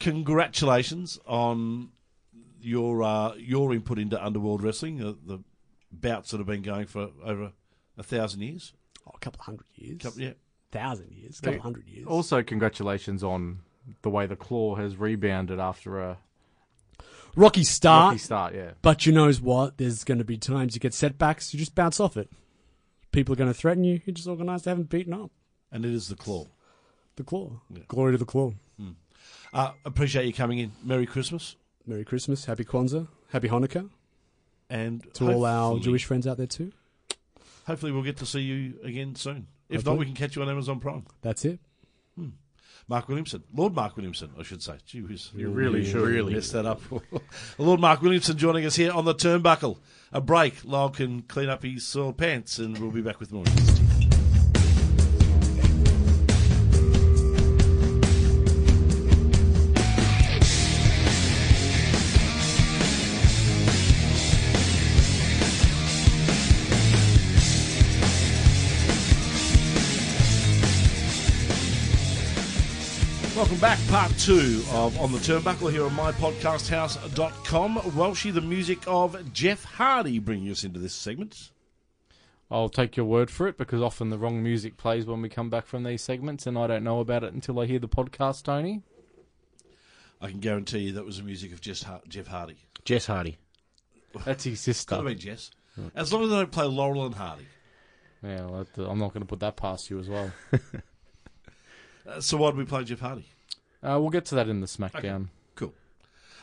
S1: Congratulations on your uh, your input into Underworld Wrestling, uh, the bouts that have been going for over a thousand years.
S4: Oh, a couple of hundred years.
S1: Couple- yeah.
S4: thousand years. A couple of hundred years.
S2: Also, congratulations on the way the claw has rebounded after a
S4: Rocky start.
S2: rocky start. Yeah.
S4: But you knows what? There's going to be times you get setbacks. You just bounce off it. People are going to threaten you. You're just organised to have them beaten up.
S1: And it is the claw.
S4: The claw. Glory to the claw.
S1: Uh, appreciate you coming in. Merry Christmas.
S4: Merry Christmas. Happy Kwanzaa. Happy Hanukkah.
S1: And
S4: To all our
S1: hopefully-
S4: Jewish friends out there too.
S1: Hopefully, we'll get to see you again soon. If not,
S4: Hopefully.
S1: we can catch you on Amazon Prime.
S4: That's it.
S1: Mark Williamson, Lord Mark Williamson, I should say. Gee whiz. You
S2: really should.
S1: really messed that up. Lord Mark Williamson joining us here on the turnbuckle. A break. Lyle can clean up his soiled pants, and we'll be back with more. Welcome back, part two of On the Turnbuckle here on mypodcasthouse.com. Welshie, the music of Jeff Hardy, bringing us into this segment.
S2: I'll take your word for it because often the wrong music plays when we come back from these segments, and I don't know about it until I hear the podcast, Tony.
S1: I can guarantee you that was the music of Jess Har- Jeff Hardy.
S3: Jess Hardy.
S2: That's his
S1: Could
S2: sister.
S1: have been Jess. As long as they don't play Laurel and Hardy.
S2: Yeah, well, that- I'm not going to put that past you as well.
S1: Uh, so why do we play Jeff Hardy?
S2: Uh, we'll get to that in the SmackDown.
S1: Cool.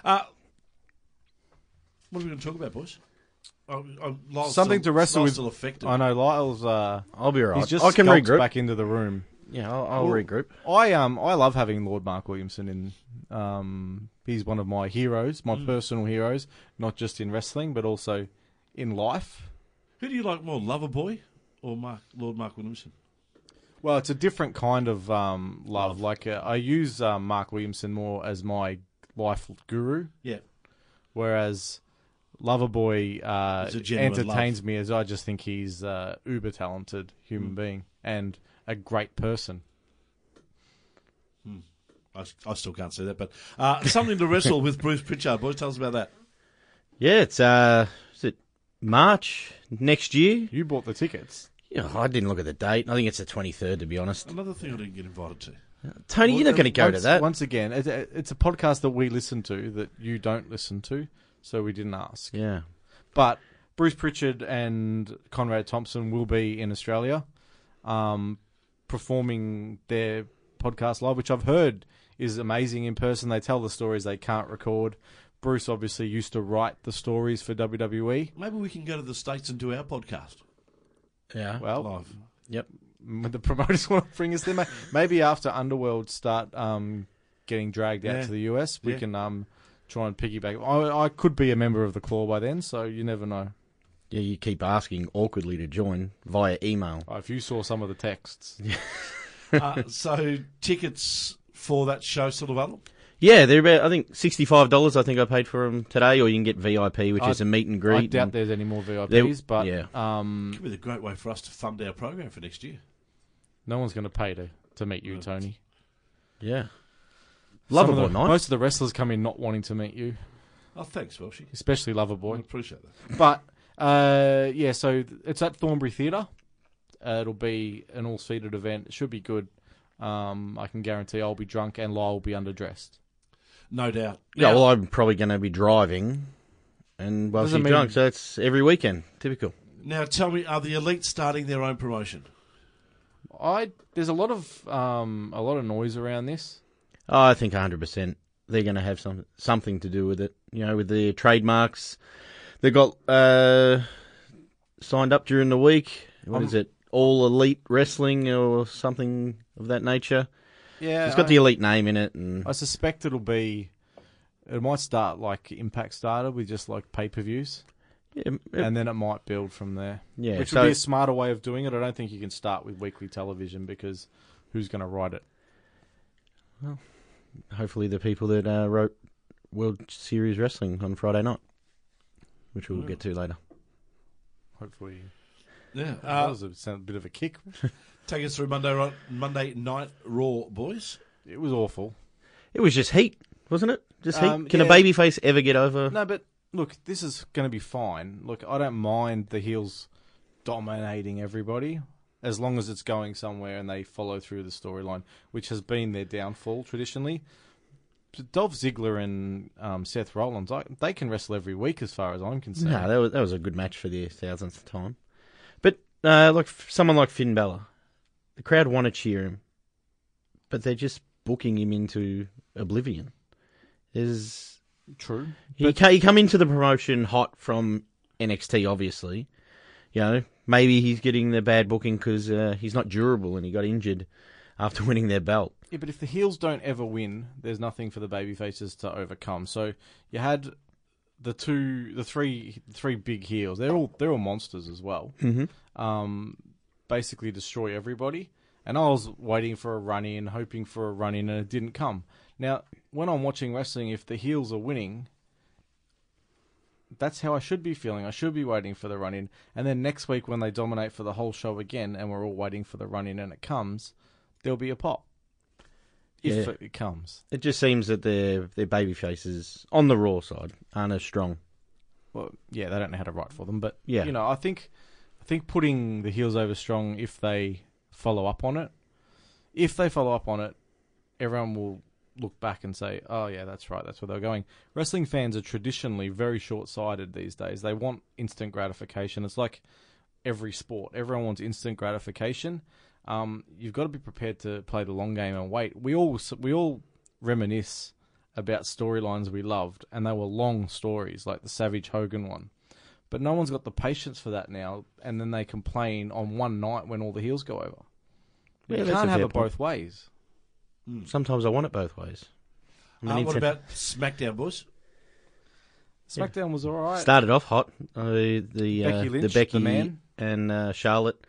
S1: Uh, what are we going to talk about, boys? I'm, I'm,
S3: Oh,
S1: Lyle's
S2: Something
S1: still-
S2: to wrestle
S1: Lyle's
S2: with.
S1: Still affected.
S2: I know Lyle's. Uh,
S3: I'll be alright.
S2: he's just
S3: I can
S2: skulked
S3: regroup.
S2: back into the room.
S3: Yeah, I'll, I'll
S2: Well-
S3: regroup.
S2: I um I love having Lord Mark Williamson in. Um, he's one of my heroes,
S3: Mm.
S2: my personal heroes, not just in wrestling but also in life.
S1: Who do you like more, Loverboy or Mark Lord Mark Williamson?
S2: Well, it's a different kind of um, love. Like uh, I use uh, Mark Williamson more as my life guru,
S1: Yeah.
S2: whereas Loverboy uh,
S1: It's a genuine
S2: entertains me as I just think he's uh, uber talented human
S3: Hmm.
S2: being and a great person.
S1: I, I still can't say that, but uh, something to wrestle with Bruce Pritchard, boys. Tell us about that.
S3: Yeah, it's uh, is it March next year?
S2: You bought the tickets.
S3: Yeah, I didn't look at the date. I think it's the twenty third, to be honest.
S1: Another thing I didn't get invited to.
S3: Tony, you're not going to go
S2: once,
S3: to that.
S2: Once again, it, it's a podcast that we listen to that you don't listen to, so we didn't ask.
S3: Yeah,
S2: But Bruce Pritchard and Conrad Thompson will be in Australia um, performing their podcast live, which I've heard is amazing in person. They tell the stories they can't record. Bruce obviously used to write the stories for E. WWE.
S1: Maybe we can go to the states and do our podcast
S3: yeah.
S2: Well,
S1: live.
S3: Yep.
S2: m- the promoters want to bring us there. ma- Maybe after Underworld start um, getting dragged out
S1: Yeah.
S2: to the US, we
S1: Yeah.
S2: can um, try and piggyback. I, I could be a member of the Claw by then, so you never know.
S3: Yeah, you keep asking awkwardly to join via email.
S2: Oh, if you saw some of the texts,
S1: uh, so tickets for that show still available.
S3: Yeah, they're about I think sixty five dollars. I think I paid for them today, or you can get VIP, which
S2: I-
S3: is a meet and
S2: I
S3: greet.
S2: doubt
S3: and-
S2: there's any more VIPs,
S3: There-
S2: but
S3: yeah.
S2: um,
S1: Could be a great way for us to fund our program for next year.
S2: no one's going to pay to to meet you, Tony.
S3: yeah, love
S2: Some of
S3: it or
S2: the-
S3: not.
S2: Most of the wrestlers come in not wanting to meet you,
S1: Oh, thanks, Welshie.
S2: especially
S1: I
S2: Loverboy.
S1: appreciate that.
S3: Mm.
S2: but uh, yeah, so th- it's at Thornbury Theatre. Uh, it'll be an all-seated event. It should be good. Um, I can guarantee I'll be drunk and Lyle will be underdressed.
S1: No doubt.
S3: yeah,
S1: Now,
S3: well, I'm probably going to be driving, and well, she's
S2: Doesn't mean-
S3: drunk, so it's every weekend. Typical.
S1: now tell me, are the elite starting their own promotion?
S2: I there's a lot of um, a lot of noise around this.
S3: Oh, I think 100 percent they're going to have some something to do with it. You know, with their trademarks, they got uh, signed up during the week. What
S2: I'm-
S3: is it? all elite wrestling or something of that nature.
S2: Yeah,
S3: It's got the elite name in it, and
S2: I suspect it'll be. It might start like Impact started with just like pay per views,
S3: yeah, it-
S2: and then it might build from there.
S3: Yeah,
S2: which
S3: so-
S2: would be a smarter way of doing it. I don't think you can start with weekly television because who's going to write it?
S3: hopefully the people that uh, wrote World Series Wrestling on Friday night, which
S2: Hmm.
S3: we'll get to later.
S2: Hopefully,
S1: Yeah.
S2: that
S1: Uh,
S2: was a sound- bit of a kick.
S1: take us through Monday ri- Monday Night Raw, boys.
S2: It was awful.
S3: It was just heat, wasn't it? Just heat.
S2: Um,
S3: Can a
S2: yeah.
S3: babyface ever get over?
S2: No, but look, this is going to be fine. Look, I don't mind the heels dominating everybody as long as it's going somewhere and they follow through the storyline, which has been their downfall traditionally. But Dolph Ziggler and um, Seth Rollins, I, they can wrestle every week as far as I'm concerned.
S3: No, that was that was a good match for the thousandth time. But uh, like f- someone like Finn Balor, the crowd want to cheer him, but they're just booking him into oblivion. There's
S2: True.
S3: he, ca- he come into the promotion hot from NXT, obviously. You know, maybe he's getting the bad booking because uh, he's not durable and he got injured after winning their belt.
S2: Yeah, but if the heels don't ever win, there's nothing for the baby faces to overcome. So you had the two, the three, three big heels. They're all they're all monsters as well. Mm-hmm. Um, basically destroy everybody. And I was waiting for a run in, hoping for a run in, and it didn't come. Now, when I'm watching wrestling, if the heels are winning, that's how I should be feeling. I should be waiting for the run in. And then next week, when they dominate for the whole show again, and we're all waiting for the run in, and it comes, there'll be a pop if
S3: Yeah.
S2: it comes.
S3: It just seems that their their baby faces on the Raw side aren't as strong.
S2: well, yeah, they don't know how to write for them, but
S3: Yeah.
S2: you know, I think, I think putting the heels over strong if they follow up on it, if they follow up on it, everyone will look back and say, "Oh yeah, that's right, that's where they're going." Wrestling fans are traditionally very short-sighted these days. They want instant gratification. It's like every sport; everyone wants instant gratification. Um, you've got to be prepared to play the long game and wait. We all we all reminisce about storylines we loved, and they were long stories, like the Savage Hogan one. But no one's got the patience for that now, and then they complain on one night when all the heels go over. We
S3: Yeah, that's
S2: can't
S3: a
S2: have
S3: fair
S2: it
S3: point.
S2: both ways.
S3: Sometimes I want it both ways. I'm an
S1: Uh, what
S3: inten-
S1: about SmackDown, boys?
S2: SmackDown was all right.
S3: Started off hot. Uh, the uh,
S2: Becky Lynch,
S3: the Becky
S2: the man.
S3: and uh, Charlotte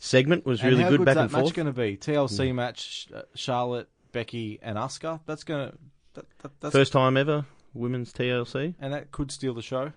S3: segment was
S2: And
S3: really
S2: how
S3: good
S2: good's
S3: back
S2: that
S3: and
S2: match
S3: forth.
S2: going to be TLC match: uh, Charlotte, Becky, and Asuka. That's going to that, that, that's
S3: First time ever women's TLC.
S2: and that could steal the show.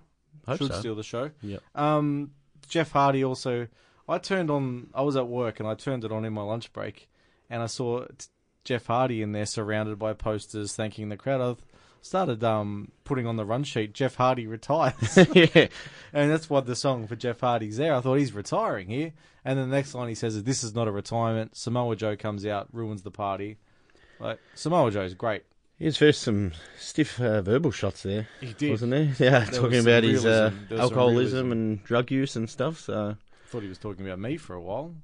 S3: Hope
S2: Should
S3: so.
S2: steal the show.
S3: Yep.
S2: Um, Jeff Hardy also. I turned on. I was at work and I turned it on in my lunch break, and I saw t- Jeff Hardy in there surrounded by posters thanking the crowd. I started um putting on the run sheet. Jeff Hardy retires,
S3: yeah,
S2: and that's why the song for Jeff Hardy's there. I thought he's retiring here, and then the next line he says is, "This is not a retirement." Samoa Joe comes out, ruins the party. Like Samoa Joe's great.
S3: here's first some stiff uh, verbal shots there.
S2: He did.
S3: wasn't there? Yeah, talking
S2: was some
S3: about his
S2: realism.
S3: uh,
S2: There was some
S3: alcoholism
S2: realism.
S3: and drug use and stuff. So,
S2: Thought he was talking about me for a while.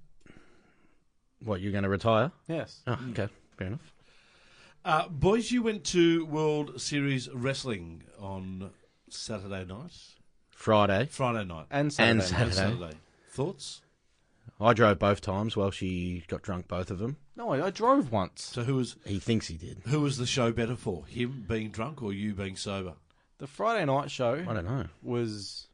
S3: what you're going to retire?
S2: Yes.
S3: Oh, okay, fair enough.
S1: Uh, boys, you went to World Series Wrestling on Saturday night,
S3: Friday.
S1: Friday night,
S2: And Saturday.
S3: And
S2: night.
S3: Saturday.
S1: Saturday. Thoughts?
S3: I drove both times while she got drunk both of them.
S2: No, I, I drove once.
S1: So who was
S3: He thinks he did.
S1: who was the show better for? Him being drunk or you being sober?
S2: The Friday night
S3: I
S2: show
S3: don't know.
S2: was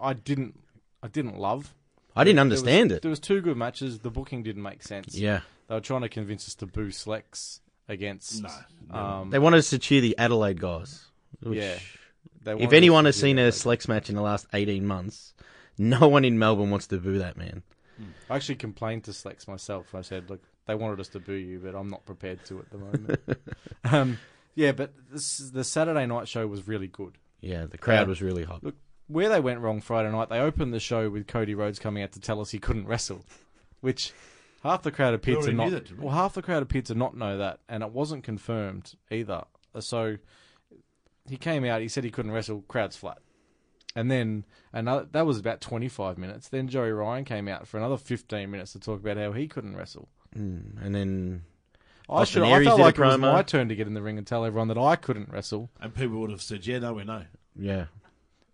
S2: I didn't I didn't love.
S3: I didn't
S2: There was-
S3: understand it.
S2: There was two good matches. The booking didn't make sense.
S3: Yeah.
S2: They were trying to convince us to boo Slex against
S1: No,
S2: um
S3: They wanted us to cheer the Adelaide guys. Which,
S2: yeah. They wanted us
S3: If
S2: to
S3: anyone has
S2: do
S3: seen
S2: that,
S3: a
S2: like-
S3: Slex match in the last 18 months, no one in Melbourne wants to boo that man.
S2: I actually complained to Slex myself. I said, "Look, they wanted us to boo you, but I'm not prepared to at the moment." um, yeah, but this, the Saturday night show was really good.
S3: Yeah, the crowd
S2: Yeah.
S3: was really hot.
S2: Look, where they went wrong Friday night, they opened the show with Cody Rhodes coming out to tell us he couldn't wrestle, which half the crowd appeared to
S1: already
S2: not.
S1: knew that, didn't we?
S2: well, half the crowd appeared to not know that, and it wasn't confirmed either. So he came out, he said he couldn't wrestle, crowd's flat. And then another that was about 25 minutes. Then Joey Ryan came out for another 15 minutes to talk about how he couldn't wrestle.
S3: And then
S2: I,
S3: Austin
S2: should, I
S3: Aries
S2: felt
S3: did a
S2: like it was
S3: promo.
S2: my turn to get in the ring and tell everyone that I couldn't wrestle.
S1: And people would have said, "Yeah, no, we know."
S3: yeah,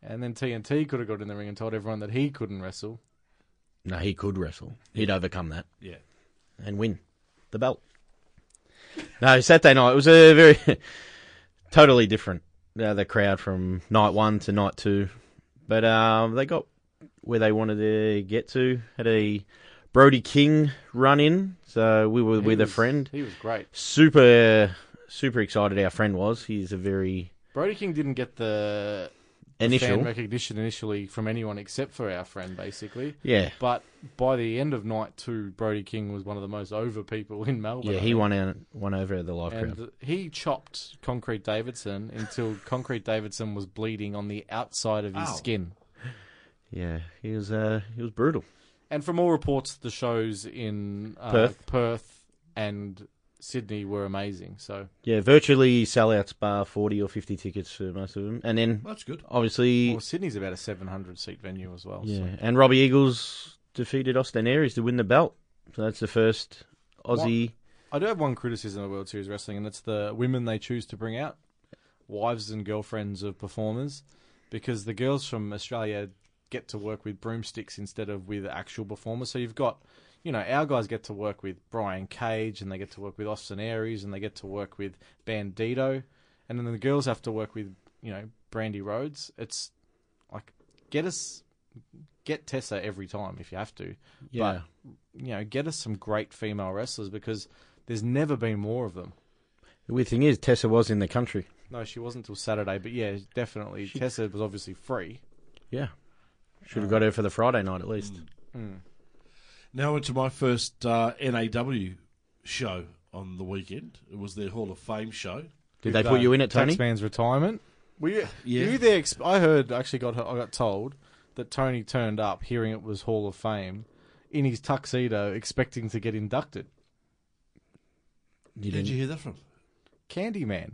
S2: And then TNT could have got in the ring and told everyone that he couldn't wrestle.
S3: No, he could wrestle. He'd overcome that
S1: Yeah.
S3: and win the belt. No, Saturday night it was a very totally different uh, the crowd from night one to night two, but um, they got where they wanted to get to. Had a Brody King run in, so we were with a friend.
S2: He was great.
S3: Super, super excited. Our friend was. He's a very
S2: Brody King didn't get the fan
S3: initial.
S2: recognition initially from anyone except for our friend, basically.
S3: Yeah,
S2: But by the end of night two, Brody King was one of the most over people in Melbourne.
S3: yeah.
S2: I
S3: He
S2: think.
S3: won out, won over the live crowd.
S2: Oh And he chopped Concrete Davidson until Concrete Davidson was bleeding on the outside of his
S1: Ow.
S2: skin.
S3: Yeah, he was. Uh, he was brutal.
S2: And from all reports, the shows in uh,
S3: Perth.
S2: Perth and Sydney were amazing. So
S3: Yeah, virtually sellouts bar forty or fifty tickets for most of them, and then
S1: Well, that's good.
S3: obviously
S2: well, Sydney's about a 700 seat venue as well.
S3: yeah,
S2: So.
S3: and Robbie Eagles defeated Austin Aries to win the belt. So that's the first Aussie.
S2: I do have one criticism of World Series Wrestling, and it's the women they choose to bring out, wives and girlfriends of performers, because the girls from Australia get to work with broomsticks instead of with actual performers. So you've got, you know, our guys get to work with Brian Cage, and they get to work with Austin Aries, and they get to work with Bandito, and then the girls have to work with, you know, Brandy Rhodes. It's like get us, get Tessa every time if you have to
S3: Yeah,
S2: you know, get us some great female wrestlers because there's never been more of them.
S3: the weird thing is Tessa was in the country.
S2: No, she wasn't till Saturday, but yeah, definitely. Tessa was obviously free.
S3: Yeah, should have got her for the Friday night at
S2: Hmm.
S3: least.
S1: Now into my first uh, NAW show on the weekend. It was their Hall of Fame show.
S3: Did they put you in it, Tony?
S2: Taxman's retirement. Were you,
S1: Yeah.
S2: you there? Exp- I heard, actually, got I got told that Tony turned up, hearing it was Hall of Fame, in his tuxedo, expecting to get inducted.
S3: You
S1: Who'd
S3: didn't.
S1: you hear that from?
S2: Candyman.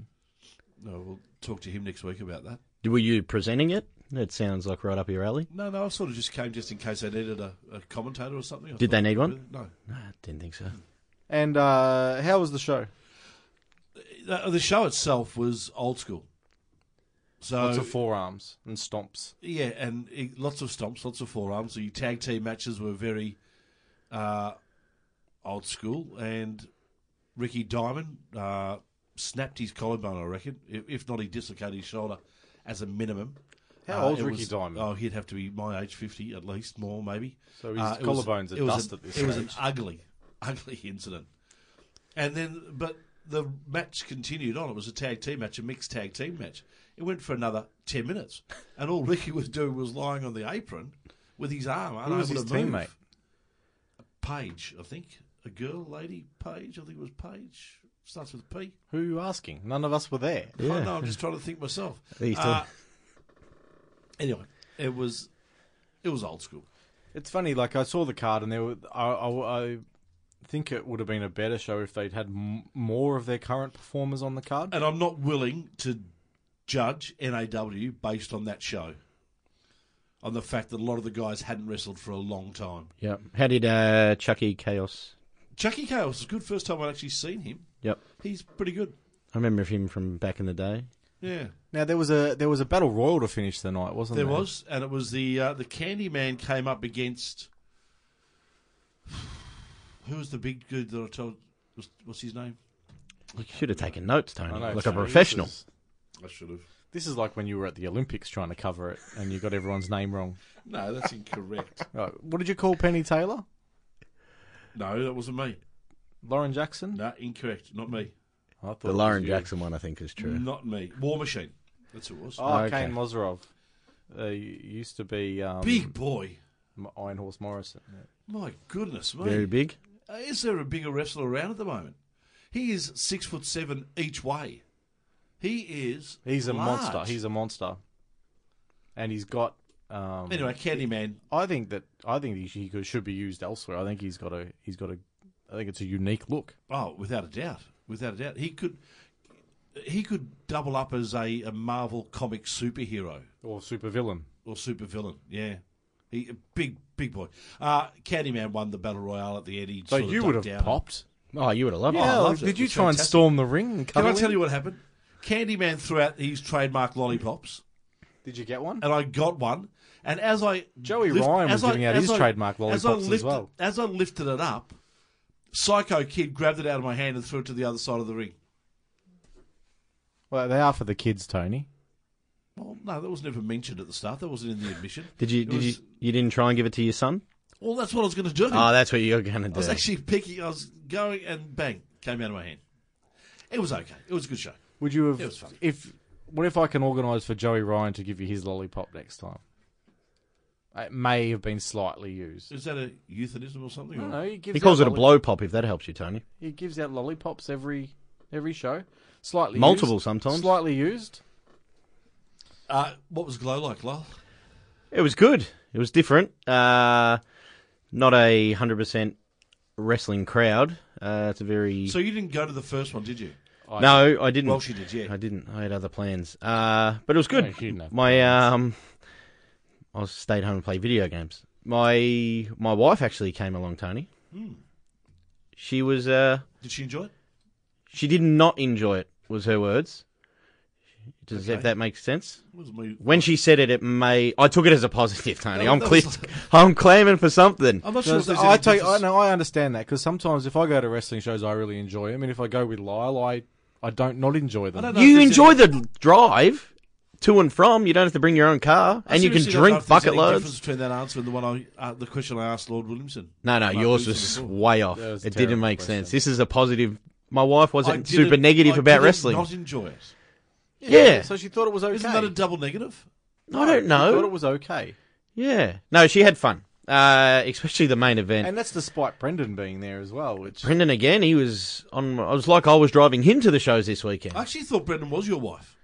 S1: No, we'll talk to him next week about that.
S3: Were you presenting it? That sounds like right up your alley.
S1: No, no, I sort of just came just in case they needed a, a commentator or something. I
S3: Did they
S1: thought-
S3: need one?
S1: No.
S3: No, I didn't think so.
S2: And uh, how was the show?
S1: The, the show itself was old school. So
S2: Lots of forearms and stomps.
S1: yeah, and it, lots of stomps, lots of forearms. The tag team matches were very uh, old school, and Ricky Diamond uh, snapped his collarbone. I reckon, if, if not, he dislocated his shoulder as a minimum.
S2: How
S1: Uh,
S2: old's
S1: it
S2: Ricky
S1: was-
S2: Diamond?
S1: Oh, he'd have to be my age, fifty at least, more maybe. Uh,
S2: So his
S1: it was-
S2: collarbones are
S1: it was
S2: dust
S1: a-
S2: at this
S1: It was an
S2: stage.
S1: ugly, ugly incident. And then, but the match continued on. It was a tag team match, a mixed tag team match. It went for another ten minutes, and all Ricky was doing was lying on the apron with his arm unable
S2: was
S1: to
S2: his
S1: move.
S2: teammate?
S1: Paige, I think, a girl, lady, Paige. I think it was Paige. Starts with a P.
S2: Who are you asking? None of us were there.
S1: I
S3: Yeah.
S1: know. I'm just trying to think myself.
S3: He's still-
S1: Uh, anyway, it was it was old school.
S2: It's funny, like I saw the card, and there were. I, I, I think it would have been a better show if they'd had m- more of their current performers on the card.
S1: and I'm not willing to judge NAW based on that show, on the fact that a lot of the guys hadn't wrestled for a long time.
S3: Yep. How did uh, Chucky Chaos?
S1: Chucky Chaos is good. First time I'd actually seen him.
S3: Yep.
S1: He's pretty good.
S3: I remember him from back in the day.
S1: Yeah,
S2: Now there was a there was a battle royal to finish the night,
S3: Oh,
S2: wasn't
S1: there
S2: there?
S1: was, and it was the uh, the Candyman came up against who was the big dude that I told. Was, what's his name?
S3: You should have taken notes, Tony,
S2: I know,
S3: like
S2: so
S3: a
S2: this
S3: professional.
S2: is-
S1: I should have.
S2: This is like when you were at the Olympics trying to cover it, and you got everyone's name wrong.
S1: No, that's incorrect.
S2: Right, what did you call Penny Taylor?
S1: no, that wasn't me.
S2: Lauren Jackson?
S1: No, incorrect. Not me.
S2: I thought
S3: The
S2: it
S3: Lauren
S2: was you.
S3: Jackson one, I think, is true.
S1: Not me. War Machine. That's who it was.
S2: Oh,
S3: Okay.
S2: Kane Mozarov. Uh, you- used to be um,
S1: big boy.
S2: M- Iron Horse Morrison.
S1: My goodness, mate.
S3: Very big.
S1: Uh, Is there a bigger wrestler around at the moment? He is six foot seven each way. He is.
S2: He's a
S1: large.
S2: monster. He's a monster, and he's got. Um,
S1: anyway, Candyman.
S2: I think that I think he, he could, should be used elsewhere. I think he's got a he's got a I think it's a unique look.
S1: Oh, without a doubt, without a doubt, he could. He could double up as a, a Marvel comic superhero
S2: Or supervillain.
S1: or supervillain. Yeah, he a big big boy. Uh, Candyman won the battle royale at the end. He
S2: So
S1: sort of
S2: you would
S1: ducked
S2: have
S1: down.
S2: popped.
S3: Oh, you would have loved
S2: yeah,
S3: it.
S1: loved it.
S2: did
S1: It
S2: you
S1: was
S2: try and
S1: fantastic.
S2: storm the ring? And
S1: Can I tell you what happened? Candyman threw out his trademark lollipops,
S2: Did you get one?
S1: and I got one, And as I
S2: Joey Ryan was
S1: as I-
S2: giving out
S1: as
S2: his
S1: I-
S2: trademark
S1: as I
S2: lollipops as
S1: lifted-
S2: well.
S1: As I lifted it up, Psycho Kid grabbed it out of my hand and threw it to the other side of the ring.
S2: Well, they are for the kids, Tony.
S1: Well, no, that was never mentioned at the start. That wasn't in the admission.
S3: Did you?
S1: It
S3: Did
S1: was-
S3: you? You didn't try and give it to your son?
S1: Well, that's what I was going to do.
S3: Oh, that's what you're gonna
S1: I
S3: do.
S1: was actually picking. I was going and bang came out of my hand. It was okay. It was a good show.
S2: Would you have?
S1: It was fun.
S2: If what if I can organise for Joey Ryan to give you his lollipop next time? It may have been slightly used.
S1: Is that a euthanism or something?
S2: I
S1: or-
S2: don't know, he, gives
S3: he calls
S2: out
S3: it a
S2: lolli-
S3: blow pop. If that helps you, Tony.
S2: He gives out lollipops every every show, slightly
S3: Multiple
S2: used,
S3: sometimes.
S2: slightly used.
S1: Uh, what was Glow like, Lyle?
S3: It was good. It was different. Uh, not a hundred percent wrestling crowd. Uh, it's a very
S1: So you didn't go to the first one, did you?
S3: no. I didn't.
S1: Well, she did, yeah.
S3: I didn't. I had other plans. Uh, but it was good.
S2: No, she didn't have
S3: my um, I was stayed home and played video games. My my wife actually came along, Tony.
S1: Hmm.
S3: She was uh,
S1: Did she enjoy it?
S3: she did not enjoy it. Was her words? Does if that makes sense?
S1: It was me.
S3: When she said it, it may. I took it as a positive, Tony.
S1: No,
S3: I'm
S1: that
S3: cle-
S1: was-
S3: I'm claiming for something.
S1: I'm not sure. If there's
S2: I
S1: any
S2: take, I
S1: difference.
S2: know, I understand that because sometimes if I go to wrestling shows, I really enjoy them, and if I go with Lyle, I, I don't not enjoy them.
S1: I don't know if
S3: You
S1: there's
S3: enjoy
S1: any-
S3: the drive to and from. You don't have to bring your own car,
S1: I
S3: and you can
S1: seriously don't know
S3: drink
S1: if there's
S3: bucket
S1: any
S3: loads.
S1: Difference between that answer and the one I, uh, the question I asked Lord Williamson.
S3: No, no,
S1: Mark
S3: yours
S1: Williamson
S3: was
S1: before.
S3: way off.
S2: That was a
S3: It didn't
S2: terrible
S3: make
S2: question.
S3: sense. This is a positive. My wife
S1: I
S3: wasn't
S1: didn't-
S3: super negative
S1: I
S3: about
S1: didn't
S3: wrestling.
S1: Not enjoy it.
S3: yeah,
S2: So she thought it was okay.
S1: Isn't that a double negative?
S3: I don't
S2: She thought it
S3: know.
S2: was okay,
S3: Yeah, no, she had fun, uh, especially the main event.
S2: and that's despite Brendan being there as well. Which
S3: Brendan again, he was on. I was like I was driving him to the shows this weekend.
S1: I actually thought Brendan was your wife.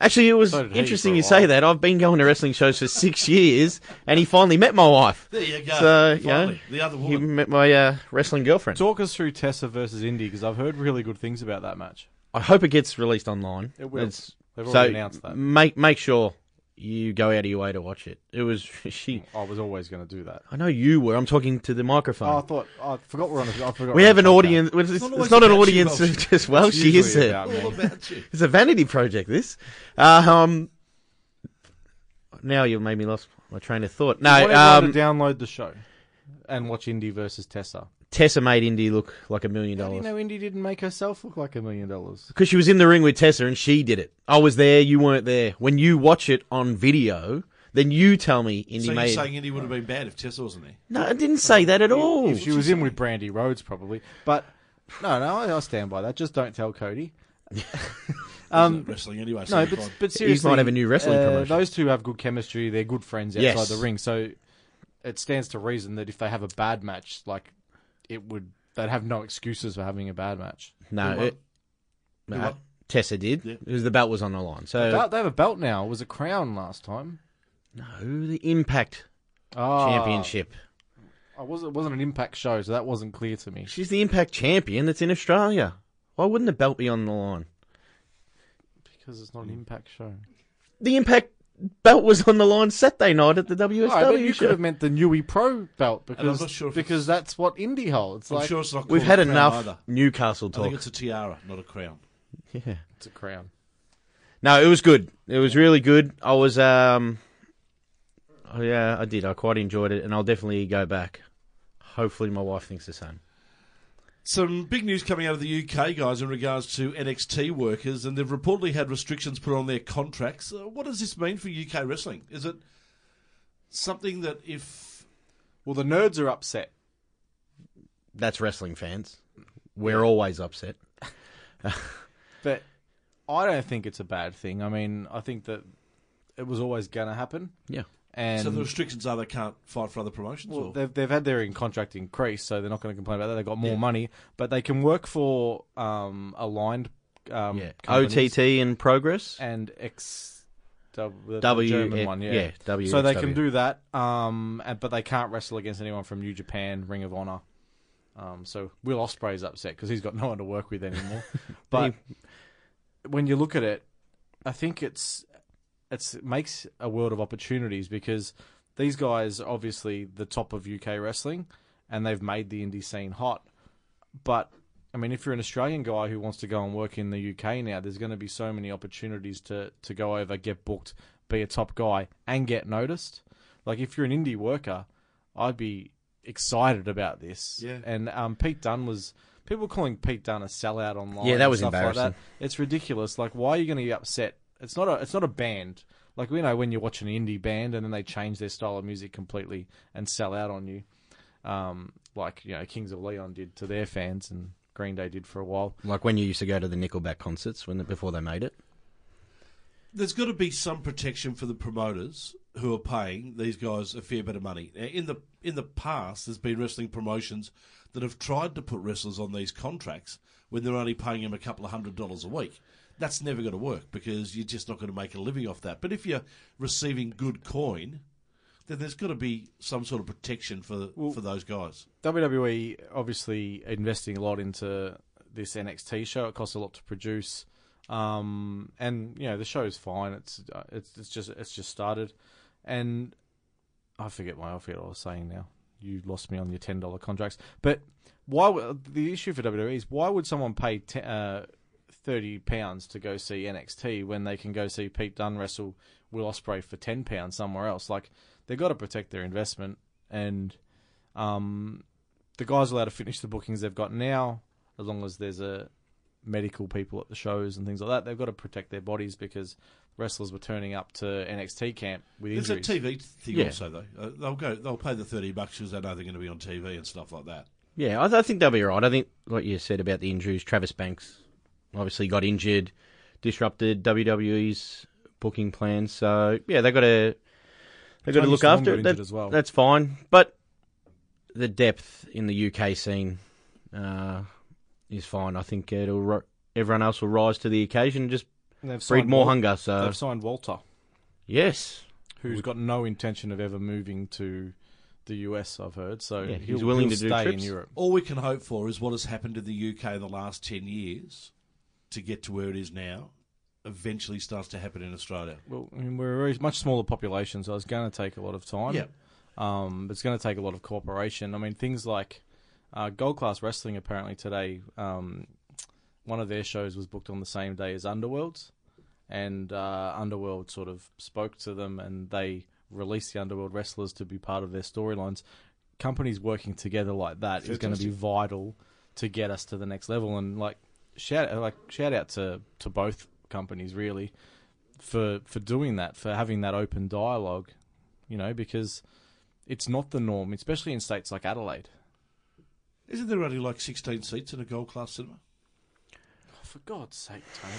S3: Actually, it was
S2: So did he
S3: interesting
S2: for a
S3: you say
S2: while.
S3: that. I've been going to wrestling shows for six years, and he finally met my wife.
S1: There you go.
S3: So, you
S1: Finally,
S3: know,
S1: the other
S3: He
S1: woman.
S3: met my uh, wrestling girlfriend.
S2: talk us through Tessa versus Indy because I've heard really good things about that match.
S3: I hope it gets released online.
S2: It will.
S3: It's-
S2: They've
S3: so
S2: already announced that.
S3: Make make sure you go out of your way to watch it. It was she.
S2: I was always going to do that.
S3: I know you were. I'm talking to the
S2: Oh, I
S3: microphone.
S2: thought I forgot we're on. A, I forgot
S3: we
S2: we're
S3: have
S2: on
S3: an
S2: a podcast.
S3: audience. It's, it's
S1: always
S3: not an
S1: about you,
S3: audience
S1: Welsh.
S3: of just Welsh. She
S2: usually
S3: is it.
S2: about me.
S1: All about you.
S3: It's a vanity project. This. Uh, um. Now you've made me lost my train of thought. No,
S2: I want
S3: um,
S2: everyone to download the show and watch Indy versus Tessa.
S3: Tessa made Indy look like a million
S2: How do you
S3: dollars.
S2: know Indy didn't make herself look like a million dollars?
S3: Because she was in the ring with Tessa and she did it. I was there, you weren't there. When you watch it on video, then you tell me Indy
S1: So you're
S3: made.
S1: saying Indy would have been bad if Tessa wasn't there?
S3: No, I didn't say that at all.
S2: If she was in with Brandy Rhodes, probably. But no, no, I, I stand by that. Just don't tell Cody.
S1: Um, wrestling anyway. So
S2: No,
S1: you're
S2: but
S1: fine.
S2: but seriously,
S3: might have a new wrestling
S2: uh,
S3: promotion.
S2: Those two have good chemistry. They're good friends outside
S3: Yes.
S2: the ring. So it stands to reason that if they have a bad match, like it would, they'd have no excuses for having a bad match.
S3: No,
S1: Who won?
S3: it-
S1: Who
S3: no,
S1: won?
S3: Tessa did.
S1: Yeah.
S3: Because the belt was on the line. So,
S2: Belt- they have a belt now. It was a crown last time.
S3: no, the Impact
S2: Ah,
S3: Championship.
S2: I was, it wasn't an impact show, so that wasn't clear to me.
S3: She's the Impact Champion that's in Australia. Why wouldn't the belt be on the line?
S2: Because it's not an impact show.
S3: The Impact belt was on the line Saturday night at the WSW
S2: Alright, but you
S3: show.
S2: could have meant the Nui Pro belt
S1: And I'm
S2: because
S1: not sure if
S2: because that's what indie holds.
S1: I'm
S2: Like,
S1: sure it's not.
S3: We've
S1: called
S3: had
S1: a crown
S3: enough
S1: Either.
S3: Newcastle
S1: I think
S3: talk.
S1: it's a tiara, not a crown.
S3: Yeah.
S2: it's a crown.
S3: No, it was good. It was really good. I was um oh, yeah, I did. I quite enjoyed it and I'll definitely go back. Hopefully my wife thinks the same.
S1: Some big news coming out of the UK, guys, in regards to NXT workers, and they've reportedly had restrictions put on their contracts. Uh, What does this mean for UK wrestling? Is it something that if
S2: Well, the nerds are upset.
S3: That's wrestling fans. We're always upset.
S2: But I don't think it's a bad thing. I mean, I think that it was always going to happen.
S3: Yeah.
S2: And
S1: so the restrictions are they can't fight for other promotions?
S2: well,
S1: or?
S2: they've, they've had their in- contract increase, so they're not going to complain about that. They got more money, but they can work for um, aligned um,
S3: Yeah.
S2: companies
S3: OTT and progress.
S2: and X W,
S3: W- E
S2: German one, yeah.
S3: yeah, WXW.
S2: so they can do that, um, and, but they can't wrestle against anyone from New Japan, Ring of Honor. Um, so Will Osprey's upset because he's got no one to work with anymore. but when you look at it, I think it's it's it makes a world of opportunities because these guys are obviously the top of UK wrestling, and they've made the indie scene hot. But I mean, if you're an Australian guy who wants to go and work in the UK now, there's going to be so many opportunities to to go over, get booked, be a top guy and get noticed. Like if you're an indie worker, I'd be excited about this.
S1: Yeah.
S2: And um, Pete Dunn was people were calling Pete Dunn a sellout online.
S3: Yeah, that
S2: and
S3: was
S2: stuff Like
S3: embarrassing.
S2: that. It's ridiculous. Like why are you going to be upset? It's not a it's not a band. Like we know when you watch an indie band and then they change their style of music completely and sell out on you, um, like you know Kings of Leon did to their fans and Green Day did for a while.
S3: Like when you used to go to the Nickelback concerts when before they made it.
S1: There's got to be some protection for the promoters who are paying these guys a fair bit of money. Now, In the in the past, there's been wrestling promotions that have tried to put wrestlers on these contracts when they're only paying them a couple of hundred dollars a week. That's never going to work because you're just not going to make a living off that. But if you're receiving good coin, then there's got to be some sort of protection for for those guys.
S2: WWE E obviously investing a lot into this NXT show. It costs a lot to produce, um, and you know the show's fine. It's uh, it's it's just it's just started, and I forget why I forget what I was saying now. You lost me on your ten dollar contracts, but why? would- The issue for WWE is why would someone pay te- uh, thirty pounds to go see NXT when they can go see Pete Dunne wrestle Will Ospreay for ten pounds somewhere else? Like they've got to protect their investment and um, the guys are allowed to finish the bookings they've got now, as long as there's a medical people at the shows and things like that. They've got to protect their bodies because wrestlers were turning up to NXT camp with
S1: There's
S2: injuries.
S1: a TV thing
S3: Yeah.
S1: also though. Uh, they'll go, they'll pay the thirty bucks because they know they're going to be on TV and stuff like that.
S3: Yeah, I, I think they'll be all right. I think what you said about the injuries, Travis Banks obviously got injured, disrupted WWE's booking plans. So yeah, they got to they got to
S2: Tony
S3: look
S2: Storm
S3: after
S2: got
S3: it.
S2: injured
S3: That-
S2: as well.
S3: That's fine, but the depth in the UK scene uh, is fine. I think it'll ri- everyone else will rise to the occasion and just
S2: And they've
S3: breed
S2: signed
S3: more
S2: Wal-
S3: hunger. So
S2: They've signed Walter,
S3: yes,
S2: who's got no intention of ever moving to the US. I've heard, so
S3: Yeah, he's
S2: he'll,
S3: willing
S2: he'll
S3: to do
S2: stay in
S3: trips.
S2: Europe.
S1: All we can hope for is what has happened in the UK in the last 10 years to get to where it is now eventually starts to happen in Australia.
S2: Well, I mean, we're a very much smaller population, so it's going to take a lot of time.
S1: Yeah.
S2: Um, it's going to take a lot of cooperation. I mean, things like uh, Gold Class Wrestling apparently today, um, one of their shows was booked on the same day as Underworld's, and uh, Underworld sort of spoke to them, and they released the Underworld wrestlers to be part of their storylines. Companies working together like that is going to be vital to get us to the next level. And like shout like shout out to to both companies really for for doing that, for having that open dialogue, you know, because it's not the norm, especially in states like Adelaide.
S1: Isn't there only like 16 seats in a gold class cinema?
S2: Oh, For God's sake, Tony.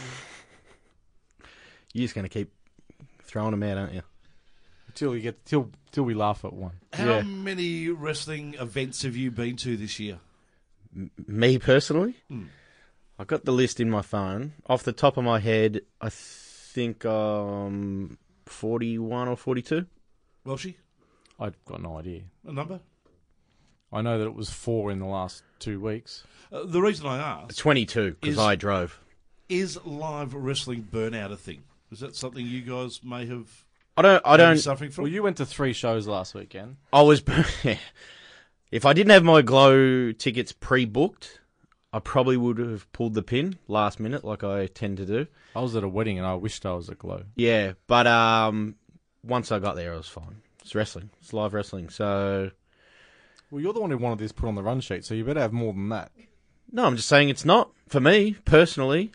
S3: you're just going to keep throwing them out, aren't you?
S2: Till you get till till we laugh at one.
S1: How
S3: Yeah.
S1: many wrestling events have you been to this year?
S3: me personally, I got the list in my phone. Off the top of my head, I think um, 41 or 42.
S1: Welshie,
S2: I've got no idea.
S1: a number?
S2: I know that it was four in the last two weeks.
S1: Uh, the reason I ask
S3: 22, because
S1: Is-
S3: I drove.
S1: is live wrestling burnout a thing? Is that something you guys may have
S3: I don't, I
S1: been
S3: don't,
S1: suffering from?
S2: Well, you went to three shows last weekend.
S3: I was, if I didn't have my glow tickets pre booked, I probably would have pulled the pin last minute, like I tend to do.
S2: I was at a wedding and I wished I was at Glow.
S3: Yeah, but um, once I got there, I was fine. It's wrestling, it's live wrestling. So,
S2: Well, you're the one who wanted this put on the run sheet, so you better have more than that.
S3: no, I'm just saying it's not. For me, personally,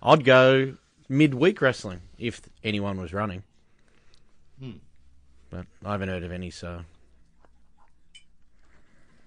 S3: I'd go midweek wrestling if anyone was running. But I haven't heard of any, so.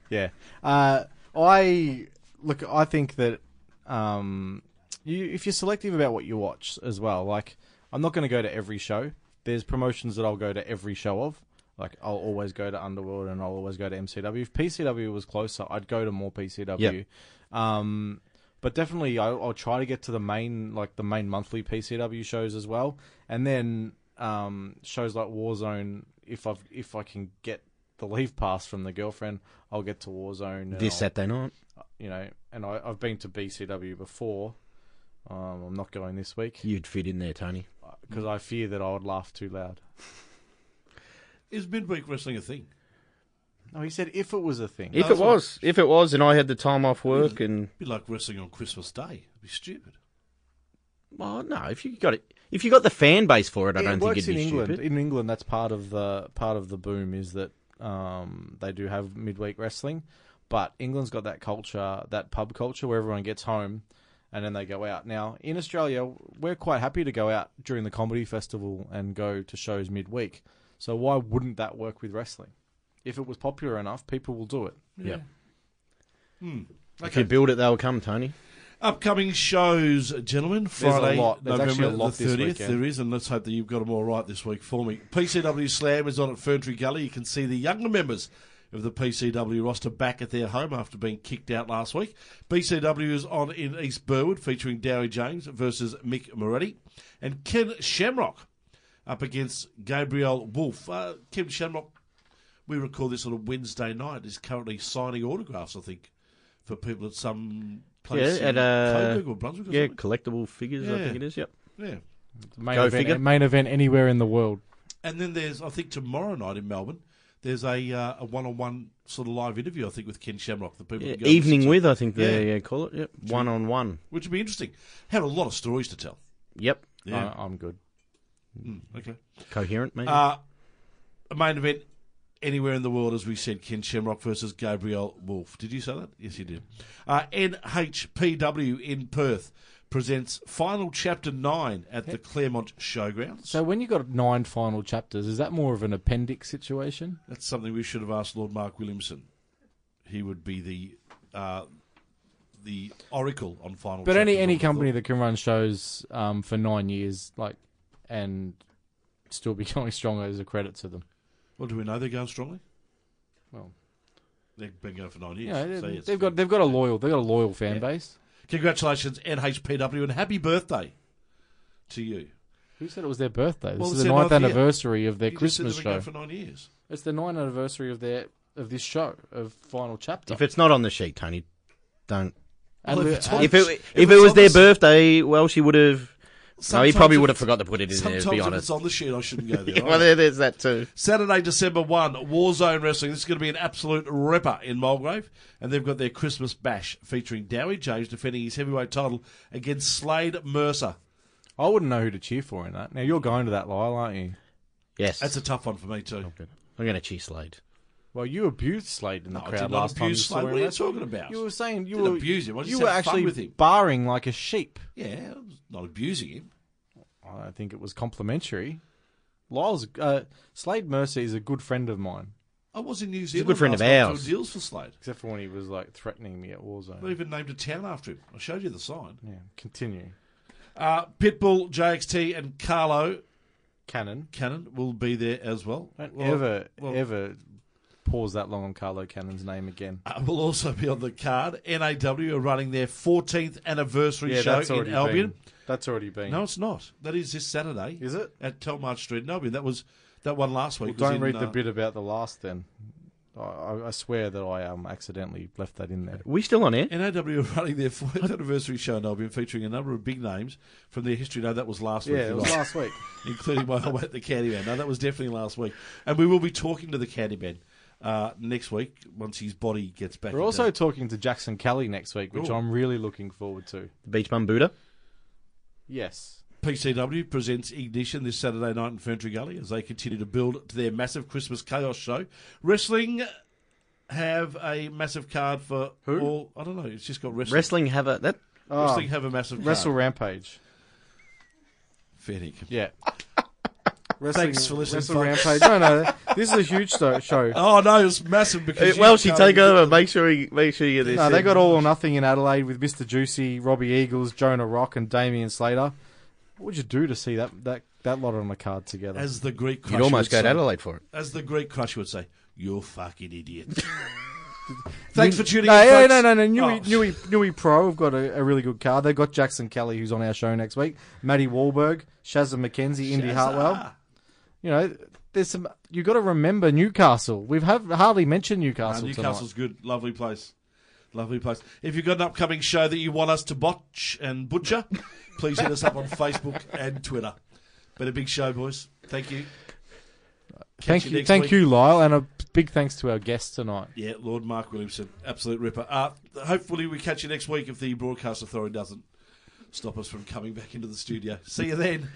S2: Yeah. Uh, I look. I think that um, you, if you're selective about what you watch as well, like I'm not going to go to every show. There's promotions that I'll go to every show of. Like I'll always go to Underworld and I'll always go to MCW. If PCW was closer, I'd go to more PCW. Um, but definitely, I, I'll try to get to the main, like the main monthly PCW shows as well, and then um, shows like Warzone. If I've if I can get the leave pass from the girlfriend, I'll get to Warzone. and
S3: This
S2: I'll-
S3: Saturday night.
S2: you know, and I, I've been to BCW before. Um, I'm not going this week
S3: You'd fit in there, Tony.
S2: because I fear that I would laugh too loud.
S1: is midweek wrestling a thing?
S2: No, he said if it was a thing.
S3: If it was, if it was, and I had the time off work, and
S1: It'd be like wrestling on Christmas Day. It'd be stupid.
S3: well, no, if you got it, If you got the fan base for it, I
S2: it
S3: don't think
S2: works
S3: it'd be
S2: in England.
S3: stupid.
S2: In England, that's part of the part of the boom is that um, they do have midweek wrestling, but England's got that culture, that pub culture where everyone gets home and then they go out. Now in Australia, we're quite happy to go out during the comedy festival and go to shows midweek. So why wouldn't that work with wrestling? If it was popular enough, people will do it.
S3: Yeah. If
S1: Okay.
S3: you build it, they'll come, Tony.
S1: Upcoming shows, gentlemen.
S2: a
S1: Friday,
S2: lot. There's
S1: November
S2: actually a lot
S1: the
S2: this
S1: 30th.
S2: weekend.
S1: There is, and let's hope that you've got them all right this week for me. PCW Slam is on at Ferntree Gully. You can see the younger members of the PCW roster back at their home after being kicked out last week. BCW is on in East Burwood featuring Dowie James versus Mick Moretti. And Ken Shamrock up against Gabriel Wolf. Uh, Kim Shamrock, we record this on a Wednesday night, is currently signing autographs, I think, for people at some place
S3: Yeah,
S1: in
S3: at, uh,
S1: Coburg or Brunswick or
S3: Yeah,
S1: something.
S3: collectible figures, I
S1: Yeah.
S3: think it is. Yep.
S1: Yeah.
S5: Main
S3: Go
S5: event,
S3: figure.
S5: main event anywhere in the world.
S1: And then there's, I think, tomorrow night in Melbourne, there's a uh, a one-on-one sort of live interview, I think, with Ken Shamrock, the people
S3: Yeah,
S1: can go and
S3: evening
S1: listen to,
S3: with, I think they
S1: Yeah.
S3: uh, call it. Yep. One on one.
S1: which would be interesting. Had a lot of stories to tell.
S3: Yep.
S1: Yeah.
S2: I, I'm good.
S1: Mm, okay.
S3: Coherent, maybe.
S1: Uh, a main event anywhere in the world, as we said, Ken Shamrock versus Gabriel Wolf. Did you say that? Yes, you did. Uh, NHPW in Perth presents final chapter nine at the Claremont Showgrounds.
S5: So when you got nine final chapters, is that more of an appendix situation?
S1: That's something we should have asked Lord Mark Williamson. He would be the uh, the oracle on final.
S5: But any
S1: chapters, I
S5: any
S1: would've
S5: company
S1: thought.
S5: that can run shows um, for nine years, like, and still be going strong is a credit to them.
S1: Well, do we know they're going strongly?
S5: Well,
S1: They've been going for nine years.
S5: yeah,
S1: so yes.
S5: they've got they've got a loyal they've got a loyal fan base.
S1: Congratulations, NHPW, and happy birthday to you.
S5: Who said it was their birthday? This
S1: Well,
S5: is
S1: it's
S5: the
S1: their
S5: ninth
S1: ninth year.
S5: anniversary of their
S1: You just said
S5: Christmas
S1: they've been
S5: show.
S1: going for nine years.
S5: It's the ninth anniversary of their of this show of final chapter.
S3: if it's not on the sheet, Tony, don't.
S5: And
S1: Well,
S5: Lu-
S1: if it's on-
S5: and-
S3: If it if
S1: it's
S3: it was
S1: on
S3: their
S1: the-
S3: birthday, well, she would have. No, he
S1: Sometimes
S3: probably
S1: if
S3: would have
S1: it's-
S3: forgot to put it in there.
S1: Sometimes
S3: To be
S1: if
S3: honest.
S1: it's on the sheet, I shouldn't go there.
S3: Yeah, well, there, there's that too.
S1: Saturday, December 1, Warzone Wrestling. This is going to be an absolute ripper in Mulgrave. And they've got their Christmas bash featuring Dowie James defending his heavyweight title against Slade Mercer.
S2: I wouldn't know who to cheer for in that. Now you're going to that, Lyle, aren't you?
S3: Yes.
S1: That's a tough one for me, too.
S3: I'm going to cheer Slade.
S2: Well, you abused Slade in the
S1: No, I
S2: crowd
S1: did not
S2: last time.
S1: abuse
S2: saw
S1: Slade.
S2: him
S1: What are you
S2: wrestle.
S1: talking about?
S2: You were saying you
S1: Didn't
S2: were
S1: abuse him. I just
S2: you
S1: had
S2: were
S1: fun
S2: actually
S1: with him.
S2: barring like a sheep.
S1: Yeah, I was not abusing him.
S2: I think it was complimentary. Lyle's uh, Slade Mercer is a good friend of mine,
S1: I was in New Zealand.
S3: a good friend
S1: last
S3: of
S1: night
S3: ours.
S1: doing deals for Slade.
S2: except for when he was like threatening me at
S1: I
S2: Warzone.
S1: even named a town after him. I showed you the sign.
S2: Yeah, continue.
S1: Uh, Pitbull, JXT, and Carlo
S2: Cannon,
S1: Cannon will be there as well.
S2: don't
S1: Well,
S2: ever
S1: well-
S2: ever pause that long on Carlo Cannon's name again.
S1: uh, will also be on the card. NAW are running their 14th anniversary
S2: yeah,
S1: show
S2: that's already
S1: in Albion.
S2: been. That's already been.
S1: No, it's not. That is this Saturday.
S2: Is it?
S1: at Telmarch Street in Albion? That was that one last
S2: Well,
S1: week. was
S2: don't
S1: in,
S2: read the
S1: uh,
S2: bit about the last then. I- I, I swear that I um accidentally left that in there.
S3: We still on air?
S1: NAW are running their 4th anniversary show in Albion, featuring a number of big names from their history. No, that was last week.
S2: Yeah, it
S1: you're
S2: was
S1: right.
S2: last week.
S1: including my home at the Candyman. No, that was definitely last week. And we will be talking to the Candyman uh, next week once his body gets back.
S2: We're
S1: into-
S2: also talking to Jackson Kelly next week, which
S1: Ooh.
S2: I'm really looking forward to.
S3: Beach Bum Buddha.
S2: Yes.
S1: PCW presents Ignition this Saturday night in Ferntree Gully as they continue to build to their massive Christmas Chaos show. Wrestling have a massive card for
S2: Who? Ah,
S1: all. I don't know. It's just got wrestling.
S3: Wrestling have a that.
S1: Wrestling have a massive card.
S2: Wrestle Rampage.
S1: Fair dinkum.
S2: Yeah. Wrestling,
S1: Thanks for listening,
S2: Wrestle
S1: folks.
S2: Rampage. No, no. This is a huge sto- show.
S1: Oh no, it's massive because you
S3: Uh, Eh, well, she
S1: can't
S3: take
S1: even-
S3: over. Make sure you make sure you get this.
S2: No, they
S3: in.
S2: got all or nothing in Adelaide with Mr. Juicy, Robbie Eagles, Jonah Rock, and Damian Slater. What would you do to see that that, that lot on the card together?
S1: As the Greek crusher
S3: You'd
S1: would
S3: almost go to
S1: say,
S3: Adelaide for it.
S1: As the Greek crusher would say, "You're fucking idiots." Thanks for tuning
S2: no,
S1: in.
S2: yeah,
S1: folks.
S2: no, no, no. Newey,
S1: Oh.
S2: Newey, Newey Pro have got a, a really good card. They've got Jackson Kelly, who's on our show next week, Maddie Wahlberg, Shazza McKenzie, Indy
S1: Ah.
S2: Hartwell. You know, there's some. you got to remember Newcastle. We've have hardly mentioned
S1: Ah,
S2: Newcastle.
S1: Newcastle's good, lovely place, lovely place. If you've got an upcoming show that you want us to botch and butcher, please hit us up on Facebook and Twitter. But a big show, boys. Thank you.
S2: tonight. Thank
S1: you
S2: you,
S1: next
S2: thank
S1: week.
S2: you, Lyle, and a big thanks to our guest tonight.
S1: Yeah, Lord Mark Williamson, absolute ripper. Uh, hopefully, we catch you next week if the Broadcast Authority doesn't stop us from coming back into the studio. See you then.